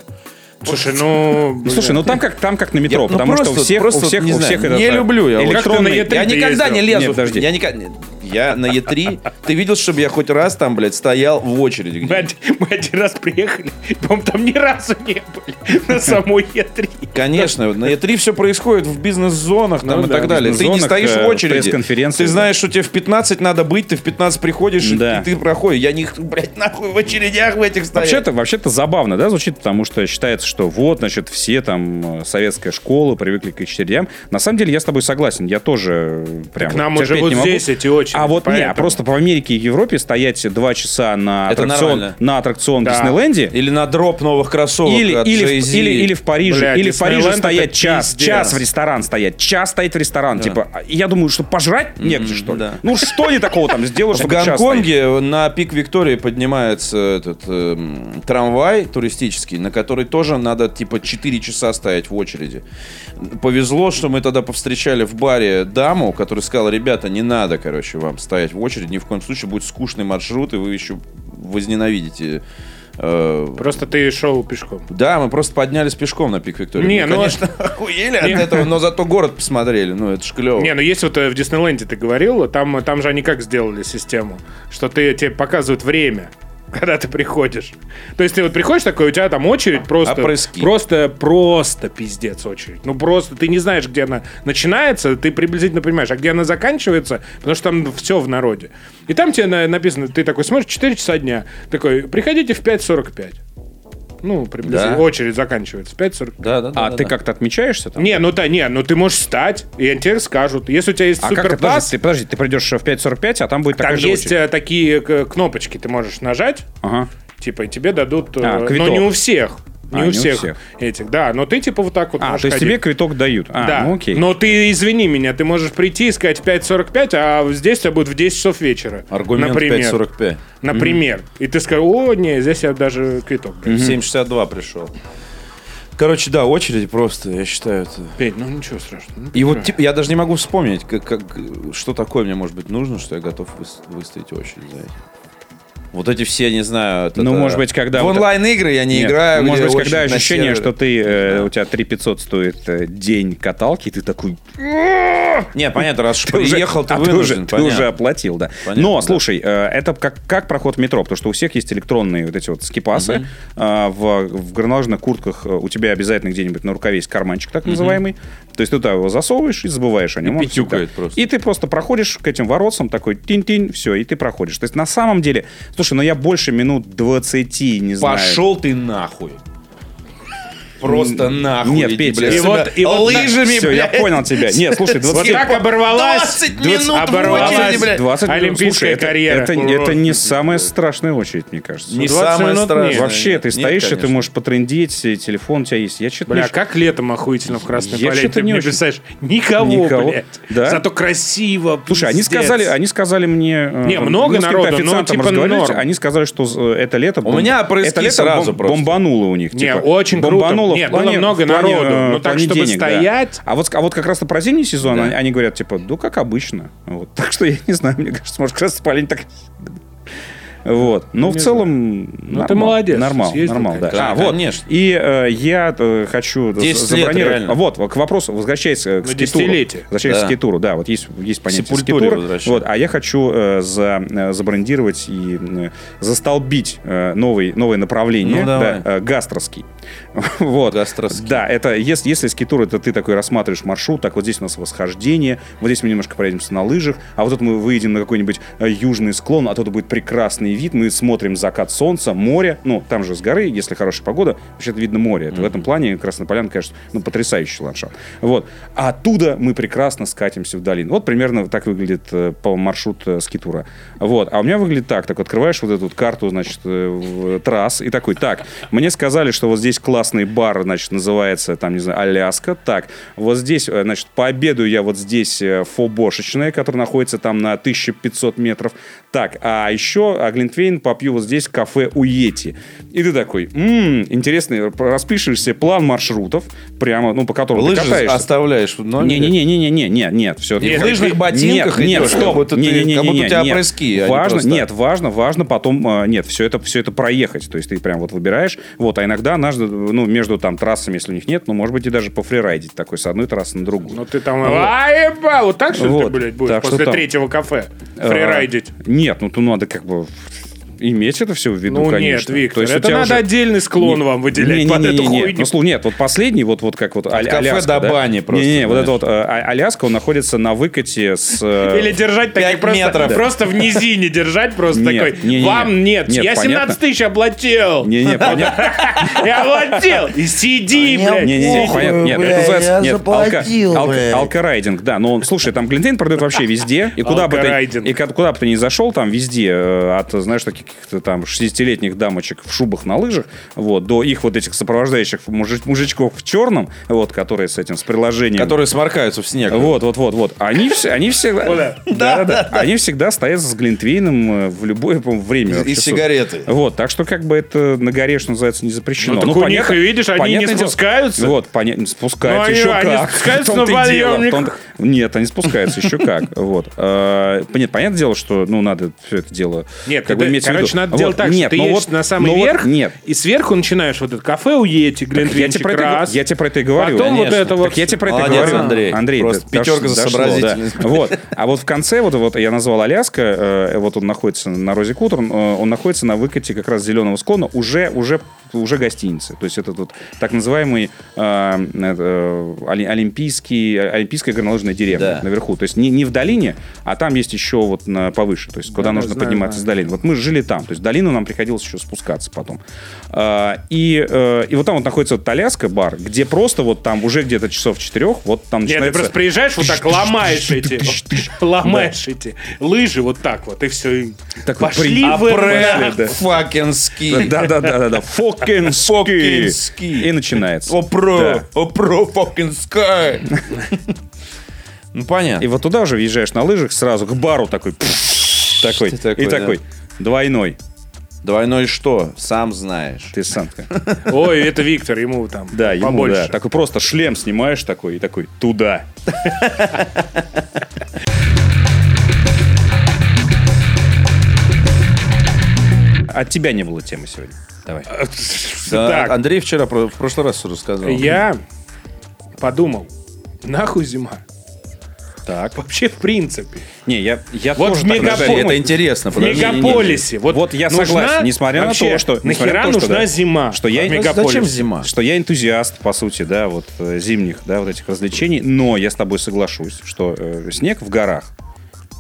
Слушай, ну... блин. Слушай, ну там как, там как на метро, Я- ну, потому что просто- у всех, просто у всех, не у знаю, всех это... не люблю я вот. электронный... Как ты на Е3 Я никогда не ездил? лезу. Нет, подожди. Я, никогда- я на Е3. Ты видел, чтобы я хоть раз там, блядь, стоял в очереди? Мы где-нибудь? один, мы один раз приехали, по-моему, там ни разу не были на самой Е3. Конечно, на Е3 все происходит в бизнес-зонах там Ну и да, так далее. Ты не бизнес-зонах, стоишь в э, очереди. пресс-конференции, Ты да. знаешь, что тебе в 15 надо быть, ты в 15 приходишь, и- Да. и ты проходишь. Я не, блядь, нахуй в очередях в этих стоять. Вообще-то, вообще-то забавно, да, звучит, потому что считается, что вот, значит, все там э, советская школа привыкли к очередям. На самом деле я с тобой согласен, я тоже э, прям К нам вот уже терпеть вот не могу. здесь эти очереди. А вот поэтому. нет, просто в Америке и Европе стоять два часа на Это аттракцион, нормально. на аттракцион Да. Диснейленде Или на дроп новых кроссовок или, от или, в, Jay-Z. или, или в Париже, Бля, или в Париже Диснейленд стоять это час, пиздец. час в ресторан стоять, час стоять в ресторан, типа, а я думаю, что пожрать негде, что ли? да. Ну что они такого там сделают, В чтобы час стоять? Гонконге на пик Виктории поднимается этот эм, трамвай туристический, на который тоже надо типа 4 часа стоять в очереди. Повезло, что мы тогда повстречали в баре даму, которая сказала, ребята, не надо, короче, вам стоять в очереди, ни в коем случае будет скучный маршрут, и вы еще возненавидите. э, Просто ты шел пешком. да, мы просто поднялись пешком на пик Виктории. Не, Мы, ну, конечно, охуели не. от этого, но зато город посмотрели. Ну, это ж клево. Не, ну есть вот э, в Диснейленде ты говорил, там, там же они как сделали систему, что ты тебе показывают время, когда ты приходишь. То есть ты вот приходишь такой, у тебя там очередь просто... Опрыски. Просто, просто пиздец очередь. Ну просто ты не знаешь, где она начинается, ты приблизительно понимаешь, а где она заканчивается, потому что там все в народе. И там тебе на- написано, ты такой смотришь, 4 часа дня, такой, приходите в 5.45. Ну, приблизительно. Да. Очередь заканчивается в 5.45. Да, да, да, А да, ты да. как-то отмечаешься там? Не, ну да, не, ну ты можешь встать, и они тебе скажут. Если у тебя есть А как ты, суперпас, подожди, ты, подожди, ты придешь в 5.45, а там будет там такая же есть очередь. э, такие э, кнопочки, ты можешь нажать, Ага. типа, и тебе дадут... э, А, но квиток. не у всех. Не, А, у, всех этих, да. Но ты типа вот так вот А, можешь то есть ходить. тебе квиток дают. А, да. ну окей. Но ты, извини меня, ты можешь прийти и сказать в 5.45, а здесь у тебя будет в 10 часов вечера. Аргумент например. 5.45. Например. И ты скажешь, о, не, здесь я даже квиток. В 7.62 пришел. Короче, да, очереди просто, я считаю это. Петь, ну ничего страшного. ну, И вот пожалуйста. типа, я даже не могу вспомнить, как, как, э, что такое мне может быть нужно, что я готов выс- выстоять очередь за этим. Вот эти все, не знаю... это- Ну, может быть, когда В вот- онлайн-игры я не Нет, играю. ну, Может где быть, когда очередь на ощущение, сервере. что ты, э, у тебя 3500 стоит э, день каталки, и ты такой... Не, понятно, раз уж Ты уже- приехал, ты а вынужден, уже, ты уже понятно. оплатил, да. Понятно, Но, да. слушай, э, это как, как проход в метро, потому что у всех есть электронные вот эти вот скипасы. А, в, в горнолыжных куртках э, у тебя обязательно где-нибудь на рукаве есть карманчик так называемый. То есть ты туда его засовываешь и забываешь о нем. Он пятюкает всегда. просто. И ты просто проходишь к этим воротцам, такой тинь-тинь, все, и ты проходишь. То есть на самом деле, слушай, ну я больше минут 20, не знаю. Пошел ты нахуй. Просто нахуй. Нет, иди, Петя, блядь, и себя вот- и вот на- лыжами, Все, я блядь. понял тебя. Нет, слушай, 20... Вот так оборвалась 20 20 Типа минут в оборвалась очереди, блядь. 20 минут. Олимпийская Слушай, это- карьера. Это, это, не самая страшная очередь, мне кажется. Не 20 самое минут нет. страшное. Вообще, ты Нет, стоишь, и ты конечно. можешь потрендеть, и телефон у тебя есть. Я что-то Бля, как летом охуительно в Красной Я Поляне. чё-то Ты не мне очень. представляешь, никого, Никого. блядь. Да. Зато красиво, Слушай, они пиздец. сказали, они сказали мне... э, Не, много мы с каким-то народу, но официантом типа разговаривали, норм. Они сказали, что э, это лето... бом- меня опрыски это лето сразу бом- просто. бомбануло у них. Не, типа, очень круто. бомбануло в Не, было плане, много в плане, народу, э, но так, в плане чтобы денег, да. стоять. А, вот, а вот как раз на про зимний сезон Да. они, они говорят, типа, ну как обычно. Вот. Так что я не знаю, мне кажется, может, как раз спалить так... Вот. Но в целом... Ну, ты нормал, молодец, Нормал, съездил, нормал, да. конечно. А, вот. Конечно. И э, я э, хочу 10 лет забронировать... реально. Вот, к вопросу, возвращаясь э, к На скитуру. Ну, десятилетие. Возвращаясь Да. к скитуру, да, вот есть, есть понятие Сепультуре скитура. возвращаем. Вот, а я хочу э, за, э, забрендировать и э, застолбить э, новый, новое направление, Ну, да, давай. э, гастроский. вот. Гастроский. Да, это если, если скитур, это ты такой рассматриваешь маршрут, так вот здесь у нас восхождение, вот здесь мы немножко проедемся на лыжах, а вот тут мы выйдем на какой-нибудь э, южный склон, а тут будет прекрасный вид, мы смотрим закат солнца, море, ну, там же с горы, если хорошая погода, вообще-то видно море. Это В этом плане Красная Поляна, конечно, ну, потрясающий ландшафт. Вот. А оттуда мы прекрасно скатимся в долину. Вот примерно так выглядит э, по маршрут э, скитура. Вот. А у меня выглядит так. Так открываешь вот эту вот карту, значит, э, в- трасс и такой, так, мне сказали, что вот здесь классный бар, значит, называется, там, не знаю, Аляска. Так, вот здесь, э, значит, пообедаю я вот здесь э, фобошечная, которая находится там на 1500 метров. Так, а еще оглянусь Глинтвейн, попью вот здесь кафе у Йети. И ты такой, «М, интересно, распишешь себе план маршрутов, прямо, ну, по которому ты Лыжи катаешься. оставляешь в номере? Не-не-не-не-не-не, нет, все. в лыжных ботинках нет, идешь, стоп. как будто ты- Не-не-не-не-не, как будто у тебя нет. прыски, а не Важно, просто. нет, важно, важно потом, а, нет, все это, все это проехать. То есть ты прям вот выбираешь, вот, а иногда однажды, ну, между там трассами, если у них нет, ну, может быть, и даже пофрирайдить такой с одной трассы на другую. Ну ты там, а, еба, вот так что Вот, ты, блядь, будешь так что после там. третьего кафе А, фрирайдить? Нет, ну, тут надо как бы иметь это все в виду, Ну нет, конечно. Виктор, То есть у это тебя надо уже- отдельный склон вам выделять Не, не, под не, эту не, не. хуйню. Ну, слу- нет, вот последний, вот, вот как вот а- кафе Аляска, до да? бани просто, Не, не, вот понимаешь? это вот э, а- Аляска, он находится на выкате с... э, Или держать таких пять просто, метров. просто в низине держать просто Нет, такой. не, не, не. Вам нет, Нет, я 17 понятно. тысяч оплатил. Не-не, понятно. Я оплатил. И сиди, Мне блядь. Не-не-не, Ох, понятно. Нет, бля, это я называется... Нет, заплатил, алка- алка- бля. алкорайдинг, да. Но, он- слушай, там Глинтвейн продает вообще везде. И куда бы ты... Алкорайдинг. И ко- куда бы ты ни зашел, там везде, э, от, знаешь, таких каких-то там 60-летних дамочек в шубах на лыжах, вот, до их вот этих сопровождающих мужи- мужичков в черном, вот, которые с этим, с приложением... Которые сморкаются в снег. Вот, вот, вот, вот. Они все, они всегда, Оля. да, да, да. они всегда стоят с глинтвейном э, в любое по-моему, время. И- вообще И суток. сигареты. Вот, так что как бы это на горе, что называется, не запрещено. Ну, так у них и видишь, они не понятное дело- спускаются. Вот, понятно, спускаются Ну, еще они- они как. спускаются, В том-то но и дело, в подъемник. том-то- Нет, они спускаются еще как. Вот. А, Нет, понятное дело, что, ну, надо все это дело... Нет, как бы ты- иметь в виду. короче, надо Вот. делать так, Нет, что ты ну едешь вот- на самый ну вот верх, Нет. и сверху начинаешь вот этот кафе у Йети, Я тебе, Глинтвинчик про это, и го- раз. я тебе про это и говорю. Потом вот конечно. это вот- Так я тебе про это и Молодец, говорю. Андрей. Андрей, Просто да, дош- пятерка за дошло, сообразительность. да. Вот. А вот в конце, вот, вот я назвал Аляска, э, вот он находится на Розе Кутер, он, э, он находится на выкате как раз зеленого склона уже, уже, уже гостиницы. То есть это тут так называемый э, э, оли- олимпийский, олимпийская горнолыжная деревня Да. наверху. То есть не, не в долине, а там есть еще вот на, повыше, то есть куда нужно знаю, подниматься с знаю. долины. Вот мы жили там, то есть в долину нам приходилось еще спускаться потом. А, И, э, и вот там вот находится вот Толяска бар, где просто вот там уже где-то часов четырех, вот там Нет, ты начинается... просто приезжаешь, вот так ломаешь эти, ломаешь эти лыжи вот так вот, и все. Так вот Пошли при- вы А нах- да. Fucking ski. Да, да, да, да, да. Fucking ski. Fucking ski. И начинается. Опро, Да. опро, fucking sky. Ну, И понятно. вот туда уже въезжаешь на лыжах сразу к бару такой. пф, Такой. Ты такой, И да. такой. Двойной. Двойной что? Сам знаешь. Ты сам. Ой, это Виктор, ему там Да, ему, да. побольше. Такой просто шлем снимаешь такой и такой туда. От тебя не было темы сегодня. Давай. Да, Так. Андрей вчера про- в прошлый раз а рассказал. Я подумал, нахуй зима. Так. Вообще, в принципе. Не, я, я Вот тоже в так мегаполис- даже- Подожди, помню. это интересно. В подожди, не- не- не. мегаполисе. Вот, Вот я нужна- согласен, несмотря на вообще, то, что... несмотря Нахера на то, что, нужна да, зема? Что я, в Ну, мегаполис? Зачем зима? что я энтузиаст, по сути, да, вот э, зимних, да, вот этих развлечений, но я с тобой соглашусь, что э, снег в горах.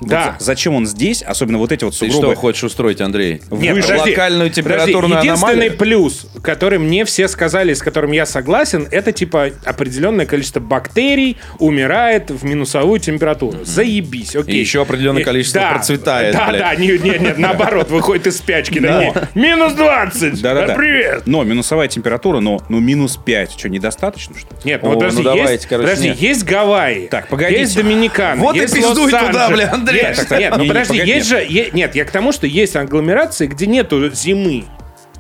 Вот Да. за- зачем он здесь, особенно вот эти вот Ты сугробы? что хочешь устроить, Андрей? Нет, Выше. подожди, Локальную подожди. температурную Единственный аномалию? плюс, который мне все сказали, с которым я согласен, это типа определенное количество бактерий умирает в минусовую температуру. Заебись, окей. И еще определенное И- количество да, процветает, Да, блядь. да, нет, нет, нет, наоборот, выходит из спячки. такие, Минус 20! Да-да-да. Да привет! Но минусовая температура, но, но минус 5. Что, недостаточно, что ли? Нет, ну О, вот подожди, ну давайте, есть, короче, подожди, нет. есть Гавайи, Так, погодите. есть Доминикана, Вот и есть пиздуй туда, Лос-Анджелес. бля, Андрей. Нет, Так, так, нет, ну не, не, подожди, погоди, есть же, е- нет, я к тому, что есть агломерации, где нету зимы.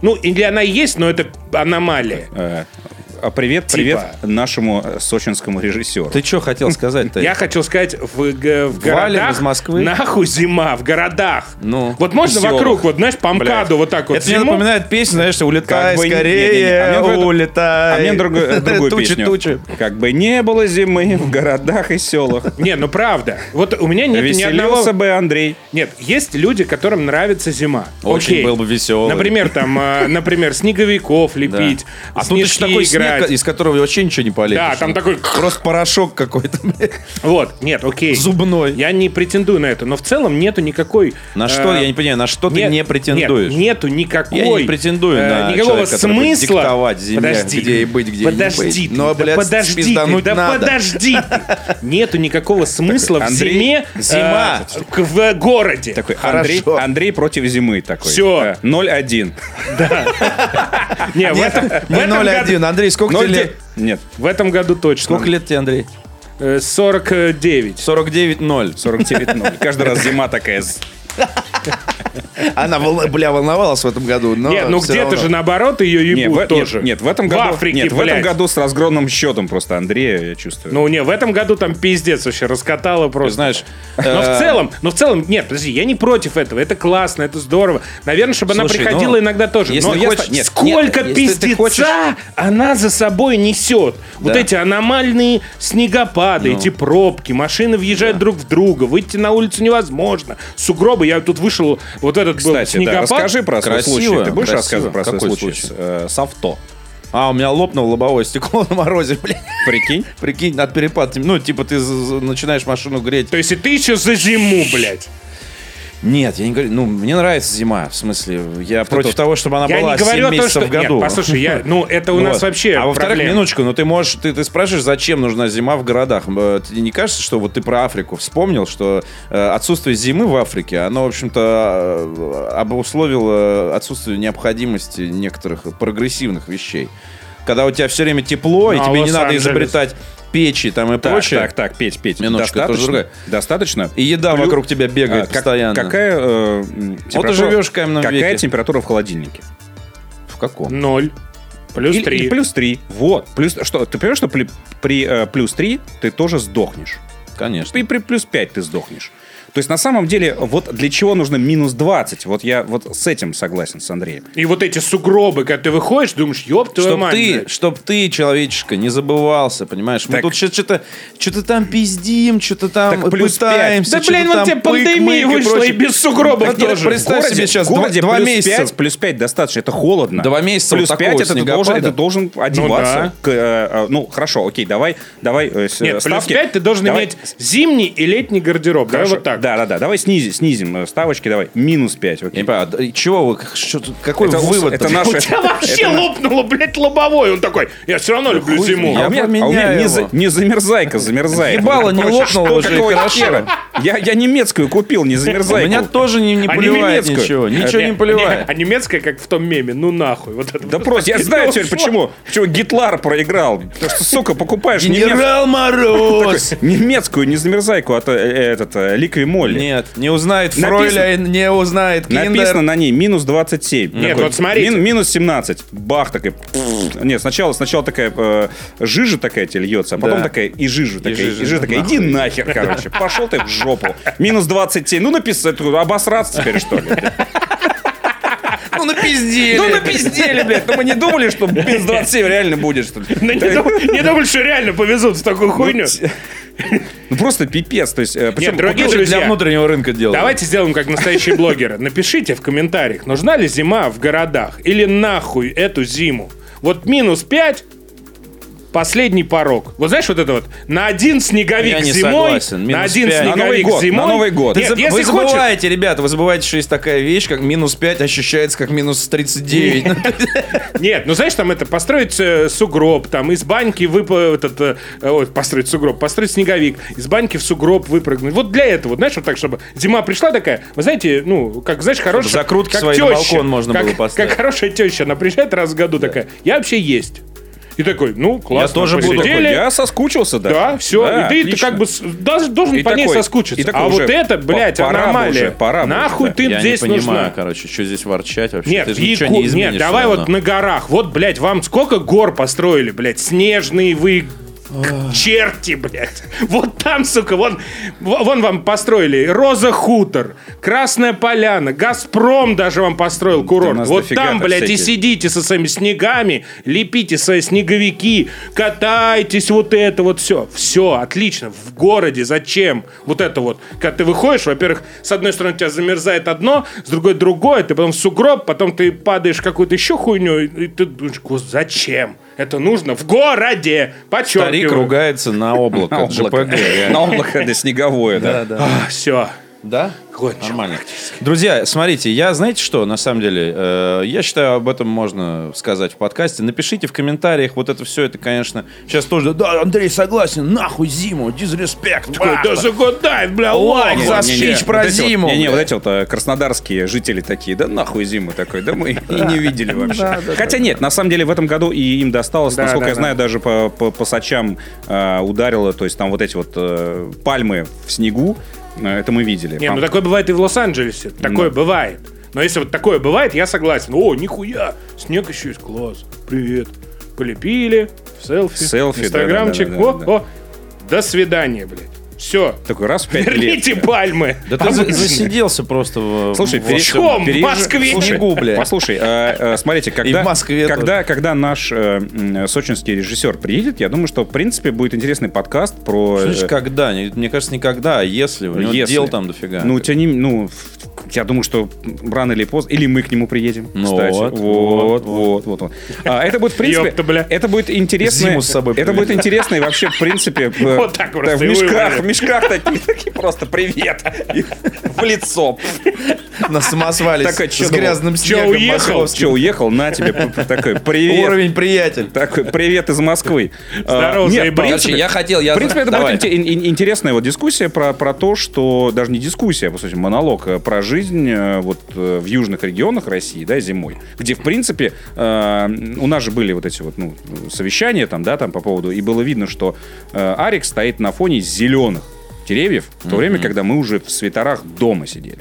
Ну, или она есть, но это аномалия. Э, а привет, привет нашему э, сочинскому режиссеру. Типа. Ты что хотел сказать-то? Я хотел сказать, в, г- Валим в городах из Москвы. нахуй зима, в городах. Ну, вот можно в селах. вокруг, вот знаешь, по МКАДу вот так вот Это мне зиму. напоминает песню, знаешь, что «Улетай Как бы не- не-не-не. А мне скорее, другое- улетай». А мне другую, другую Тучи, песню. тучи. Как бы не было зимы в городах и селах. Не, ну правда. Вот у меня нет ни одного... Веселился бы Андрей. Нет, есть люди, которым нравится зима. Очень Окей. был бы веселый. Например, там, э, например, снеговиков лепить, А тут снежки еще такой играть. снег, а, ну. из которого вообще ничего не полезет. Да, там такой... Просто порошок какой-то, блядь, Вот, нет, окей. зубной. Я не претендую на это, но в целом нету никакой... На что, э, я не понимаю, на что ты нет- не претендуешь? Нет, нету никакой... Я не претендую э, на никакого человека, который будет смысла... диктовать земле, подожди, где ей быть, где ей не подожди быть. ты, Но, да блядь, подожди ты, спиздануть да надо. подожди ты. Нету никакого смысла в Андрей, зиме... э, зима. к- В городе. Такой Хорошо. Андрей, Андрей против зимы такой. Всё. Э, 0-1. Не, в этом- в А Не этом году- 0,1. Андрей, сколько тебе Ноль лет? де- Нет, В этом году точно. Сколько лет тебе, Андрей? Э, 49. 49-0. 49-0. Каждый раз зима такая. с- Она, волна- бля, волновалась в этом году, А, но Нет, ну всё где-то равно. же наоборот ее Не, ебут в- э, тоже. Нет, нет, в этом году... В Африке, нет, в этом блядь. году с разгромным счетом просто Андрея, я чувствую. Ну, не, в этом году там пиздец вообще раскатало просто. Знаешь, Но э, в целом, но в целом, нет, подожди, я не против этого. Это классно, это здорово. Наверное, чтобы Слушай, она приходила ну, иногда тоже. если но ты ясно- хочешь- нет, сколько нет, если ты пиздеца хочешь- она за собой несет. Вот Да. эти аномальные снегопады, Ну. эти пробки, машины въезжают друг в друга, выйти на улицу невозможно. Сугробы, я тут вышел, вот этот был Кстати, да, снегопад. расскажи про свой Красиво, случай. Ты будешь красиво. рассказывать про свой Какой случай? случай? С, э, с авто. А, у меня лопнуло лобовое стекло на морозе, блин. Прикинь? Прикинь, от перепад. Ну, типа ты за- за- начинаешь машину греть. То есть и ты еще за зиму, блядь. Нет, я не говорю. Ну, мне нравится зима. В смысле, я против тут? того, чтобы она я была не говорю 7 о том, месяцев что... в году. Нет, послушай, я... ну это у нас Вот. вообще А во-вторых, проблема. минуточку, ну ты можешь, ты, ты спрашиваешь, зачем нужна зима в городах? Э, Тебе не кажется, что вот ты про Африку вспомнил, что э, отсутствие зимы в Африке, оно, в общем-то, э, обусловило отсутствие необходимости некоторых прогрессивных вещей. Когда у тебя все время тепло, Ну, и а тебе не надо Лос-Анджелес? изобретать печи там и Так, прочее. так, так, Петь, Петь. Минуточка, это уже достаточно, другая. достаточно. И еда Плю- вокруг тебя бегает А, как- постоянно. Какая, э, м, температура- живешь в каменном какая веке. температура в холодильнике? В каком? Ноль. Плюс Или- три. или плюс 3. Вот. Плюс, что, ты понимаешь, что при, при, э, плюс 3 ты тоже сдохнешь. Конечно. И при плюс 5 ты сдохнешь. То есть, на самом деле, вот для чего нужно минус 20? Вот я вот с этим согласен с Андреем. И вот эти сугробы, когда ты выходишь, думаешь, ёб твою Чтоб мать. ты, блядь. чтоб ты, человечишка, не забывался, понимаешь? Мы Так. тут что-то что-то там пиздим, что-то там Так плюс пытаемся. Да, что-то блин, вот там тебе пандемия пык-мык и вышла, прочее. и без сугробов Так, тоже. Представь В городе- себе сейчас в городе два, два плюс месяца. 5, плюс 5 достаточно, это холодно. Два месяца Плюс вот такого 5 это ты, снегопада. Ну должен, это должен одеваться. к, э, э, ну, хорошо, окей, давай, давай э, с- Нет, плюс ставки. 5 ты должен Давай- иметь зимний и летний гардероб. Давай Хорошо. вот так. Да, да, да. Давай снизим, снизим э, ставочки, давай. Минус 5. Окей. Я не понимаю, а д- чего вы, как- что тут- какой Это- вывод? это наш- У тебя вообще лопнуло, блядь, лобовой. Он такой, я все равно люблю хуй зиму. я а у меня, а у меня поменяю не, его. за- не замерзайка, замерзает. Ебало не Короче, лопнуло что, уже, и какого хорошо. хера? Я, я немецкую купил, не У замерзайку. меня тоже не, не А не поливает немецкую. ничего. Ничего не Не, поливает. а немецкая, как в том меме, ну нахуй. Вот это Да вот. просто, я знаю теперь, Всё. почему. Почему Гитлар проиграл. Потому что, сука, покупаешь немец- Генерал Мороз! немецкую, не замерзайку, а то, э, этот, э, ликвимоль. Нет, не узнает Написано- Фройляйн, не узнает Написано Киндер. на ней минус 27. Нет, вот смотрите. мин- минус 17. Бах, такая. пф. Нет, сначала, сначала такая э, жижа такая тебе льется, а потом Да. такая и жижа такая. И жижа, жижа, такая, иди нахер, короче. Пошел ты в жопу. Минус 27. Ну, написать, обосраться теперь, что ли. Ну напиздели. Ну, напиздели, блядь. Ну, мы не думали, что минус 27 реально будет, что ли. Да не дум- Не думали, что реально повезут в такую хуйню. Ну, просто пипец. То есть, э, причем... дорогие купил- Лучше друзья. для внутреннего рынка делают. Давайте сделаем как настоящие блогеры. Напишите в комментариях, нужна ли зима в городах или нахуй эту зиму. Вот минус 5 последний порог. Вот знаешь, вот это вот, на один снеговик Я не зимой, согласен. на Минус один пять. На снеговик Новый год, на зимой. Новый год. Ты Нет, заб- если вы хочешь- забываете, ребята, вы забываете, что есть такая вещь, как минус 5 ощущается как минус 39. Ну, Нет, ну знаешь, там это, построить э, сугроб, там из баньки выпа... этот, э, ой, построить сугроб, построить снеговик, из баньки в сугроб выпрыгнуть. Вот для этого, знаешь, вот так, чтобы зима пришла такая, вы знаете, ну, как, знаешь, хорошая... закрутки как свои на теща, балкон можно как- было поставить. Как хорошая теща, она приезжает раз в году такая, я вообще есть. И такой, ну, классно, тоже буду посидели, Такой, Я соскучился, да. Да, все, и ты, отлично. как бы с- даже должен И по ней такой- соскучиться. и такой а уже вот это, по- блядь, пора бы аномалия. уже, пора бы уже, Нахуй да. ты Я не здесь нужна. понимаю, короче, что здесь ворчать вообще? Нет, Ты же Яку- ничего не изменишь. нет, давай всё вот равно. на горах. Вот, блядь, вам сколько гор построили, блядь, снежные вы к- черти, блядь. Вот там, сука, вон, в- вон вам построили Роза Хутор, Красная Поляна, Газпром даже вам построил у курорт. нас Вот дофига там, так блядь, и всякие. сидите со своими снегами, лепите свои снеговики, катайтесь, вот это вот все. Все, отлично. В городе зачем? Вот это вот. Когда ты выходишь, во-первых, с одной стороны у тебя замерзает одно, с другой другое, ты потом в сугроб, потом ты падаешь в какую-то еще хуйню, и и ты думаешь, «Гос, зачем? Это нужно в городе, Старик подчеркиваю. ругается на облако. На облако. JPG, реально. На облако, да, снеговое, да. Все. Да? Кончил. Нормально. Друзья, смотрите, я, знаете что, на самом деле, э, я считаю, об этом можно сказать в подкасте. Напишите в комментариях, вот это все, это, конечно, сейчас тоже, да, Андрей согласен, нахуй зиму, дизреспект. Ой, да бахта». загудай, бля, Лайк лайк Не, за не, за... не, спич вот про эти вот- зиму. Не, не, вот эти вот э, краснодарские жители такие, да нахуй зиму такой, да мы и не видели вообще. Хотя нет, на самом деле в этом году и им досталось, Да, насколько да, я да. знаю, даже а, по по- по сачам э, ударило, то есть там вот эти вот э, пальмы в снегу, Э, Это мы видели. Не, Пам- ну такое бывает и в Лос-Анджелесе. Такое бывает. Но если вот такое бывает, я согласен. О, нихуя! Снег еще есть, класс. Привет. Полепили, в селфи, Селфи, инстаграмчик. да-да-да-да-да. о, о. До свидания, блядь. Все. Такой раз в пять лет. Верните пальмы. Да ты за- засиделся просто в... Слушай, в- пере- чем? Ну, В переезж- Москве? Слушай, Снегу, бля. Послушай, э, э, смотрите, когда, в Москве когда, когда наш э, м, сочинский режиссер приедет, я думаю, что, в принципе, будет интересный подкаст про... Что значит э, когда? Не- Мне кажется, никогда, а если. У него Если. дел там дофига. Ну, у тебя не- ну, в- я думаю, что рано или поздно, или мы к нему приедем, Ну кстати. вот, вот, вот, вот. вот. А, это будет, в принципе, Ёпта, бля. это будет интересно. Зиму с собой это привезли. будет интересно и вообще, в принципе, в- Вот так просто в и мешках, вывалили. в мешках такие, такие просто привет И в лицо. на самосвале Так, а с чё с думал? грязным Чё, снегом. уехал? московским. Че, уехал? На тебе п- п- такой привет. Уровень приятель. Такой привет из Москвы. Здорово, А, нет, заебал. в принципе, Короче, я хотел, я... в принципе, это Давай. будет инте- ин- ин- интересная вот дискуссия про, про то, что даже не дискуссия, а, по сути, монолог э, про жизнь э, вот э, в южных регионах России, да, зимой, где, в принципе, э, у нас же были вот эти вот, ну, совещания там, да, там по поводу, и было видно, что э, Арик стоит на фоне зеленых деревьев, в то время, когда мы уже в свитерах дома сидели.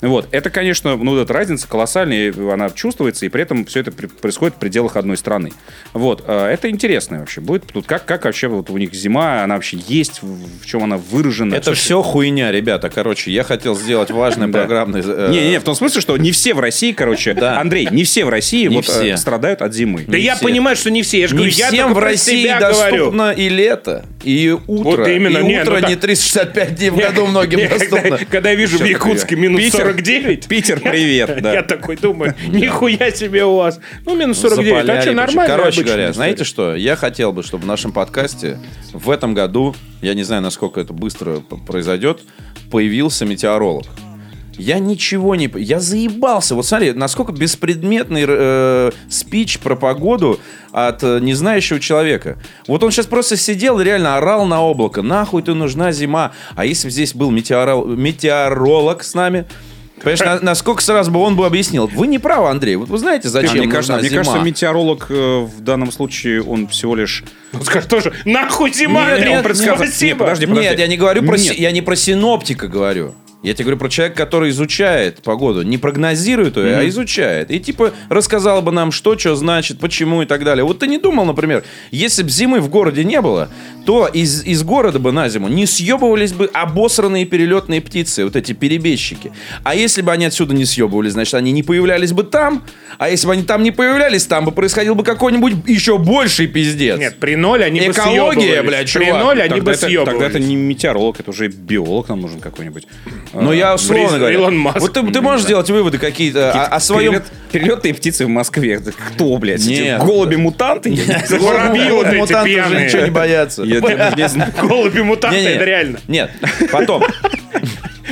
Вот, это, конечно, ну, вот эта разница колоссальная, и она чувствуется, и при этом все это при- происходит в пределах одной страны. Вот, э, это интересно вообще будет. Тут как, как вообще вот у них зима, она вообще есть, в, в чем она выражена. Это все хуйня, ребята. Короче, я хотел сделать важный Да. программный... э, Не-не-не, в том смысле, что не все в России, короче, Да. Андрей, не все в России Не вот, э, все. страдают от зимы. Да я все. понимаю, что не все. Я же Не говорю, ну, я всем только в про России себя говорю. доступно и лето, и утро. именно, и не, ну утро так. не 365 дней в году многим Я когда- доступно. Когда я вижу в Чё такое? Якутске минус Питер? 49, Питер, привет, да. Я такой думаю, нихуя себе у вас. Ну, минус 49, Запаляли, а что, причем. нормально? Короче говоря, знаете что? Я хотел бы, чтобы в нашем подкасте в этом году, я не знаю, насколько это быстро п- произойдет, появился метеоролог. Я ничего не... п- Я заебался. Вот смотри, насколько беспредметный э, спич про погоду от э, незнающего человека. Вот он сейчас просто сидел и реально орал на облако. Нахуй ты нужна зима. А если бы здесь был метеоро- метеоролог с нами... Понимаешь, на- насколько сразу бы он бы объяснил. Вы не правы, Андрей. Вот вы знаете, А зачем Мне нужна кажется, мне зима? кажется, метеоролог э, в данном случае, он всего лишь... Он скажет Ну, тоже, нахуй зима, Нет, Андрей, нет, он предсказал. нет, Спасибо. подожди, подожди. Нет, я не говорю про Нет. си- я не про синоптика говорю. Я тебе говорю про человека, который изучает погоду, не прогнозирует ее, а изучает. И типа рассказал бы нам, что, что значит, почему и так далее. Вот ты не думал, например, если бы зимы в городе не было, то из, из города бы на зиму не съебывались бы обосранные перелетные птицы, вот эти перебежчики. А если бы они отсюда не съебывались, значит, они не появлялись бы там. А если бы они там не появлялись, там бы происходил бы какой-нибудь еще больший пиздец. Нет, при ноль они бы Экология, съебывались. блядь, При чувак. ноль они Тогда бы это, тогда это съебывались. не метеоролог, это уже биолог нам нужен какой-нибудь. Но Э, Ну, я условно Брис- говорю. Илон Маск. Вот ты, ты можешь делать выводы А, какие-то а, о, о своем... Перелет- перелетные птицы в Москве. Это Кто, блядь? эти Нет. Голуби-мутанты? Я не знаю. Воробьи вот эти Мутанты уже пьяные. ничего не боятся. Я даже не знаю. Голуби-мутанты, Не-не-не. это реально. Нет, потом.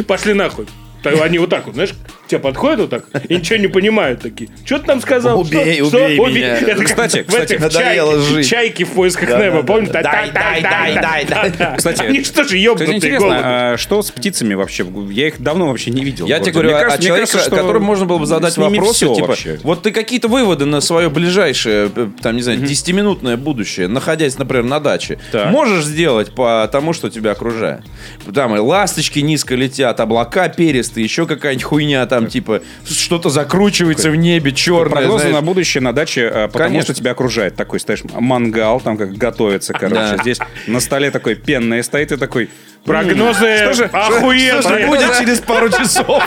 Пошли нахуй. Так Они вот так вот, знаешь, к тебе подходят вот так и ничего не понимают такие. Что ты нам сказал? Убей, Что? Что? убей меня. Это как Ну, Кстати, в кстати, этих надоело чайки- жить. Чайки в поисках Да, Немо, да, помните? да. Дай, дай, дай, дай, дай, дай. Кстати, Они что же, Кстати, ёбнутые интересно, голуби? а что с птицами вообще? в гу- Я их давно вообще не видел. Я Вроде. тебе говорю Мне о- кажется- о мне человеке, кажется, что которому можно было бы с задать ними вопросы, всё типа, вообще. вот ты какие-то выводы на свое ближайшее, э, там, не знаю, 10-минутное будущее, находясь, например, на даче, Так. можешь сделать по тому, что тебя окружает? Там и ласточки низко летят, облака перистые, еще какая-нибудь хуйня там, типа, что-то закручивается в небе черное, Прогнозы на знаешь. будущее на даче, э, потому Конечно. что тебя окружает такой, стоишь, мангал, там как готовится, короче. Да. Здесь на столе такой пенное стоит и такой... Прогнозы А, Что же- охуенные. Будет через пару часов.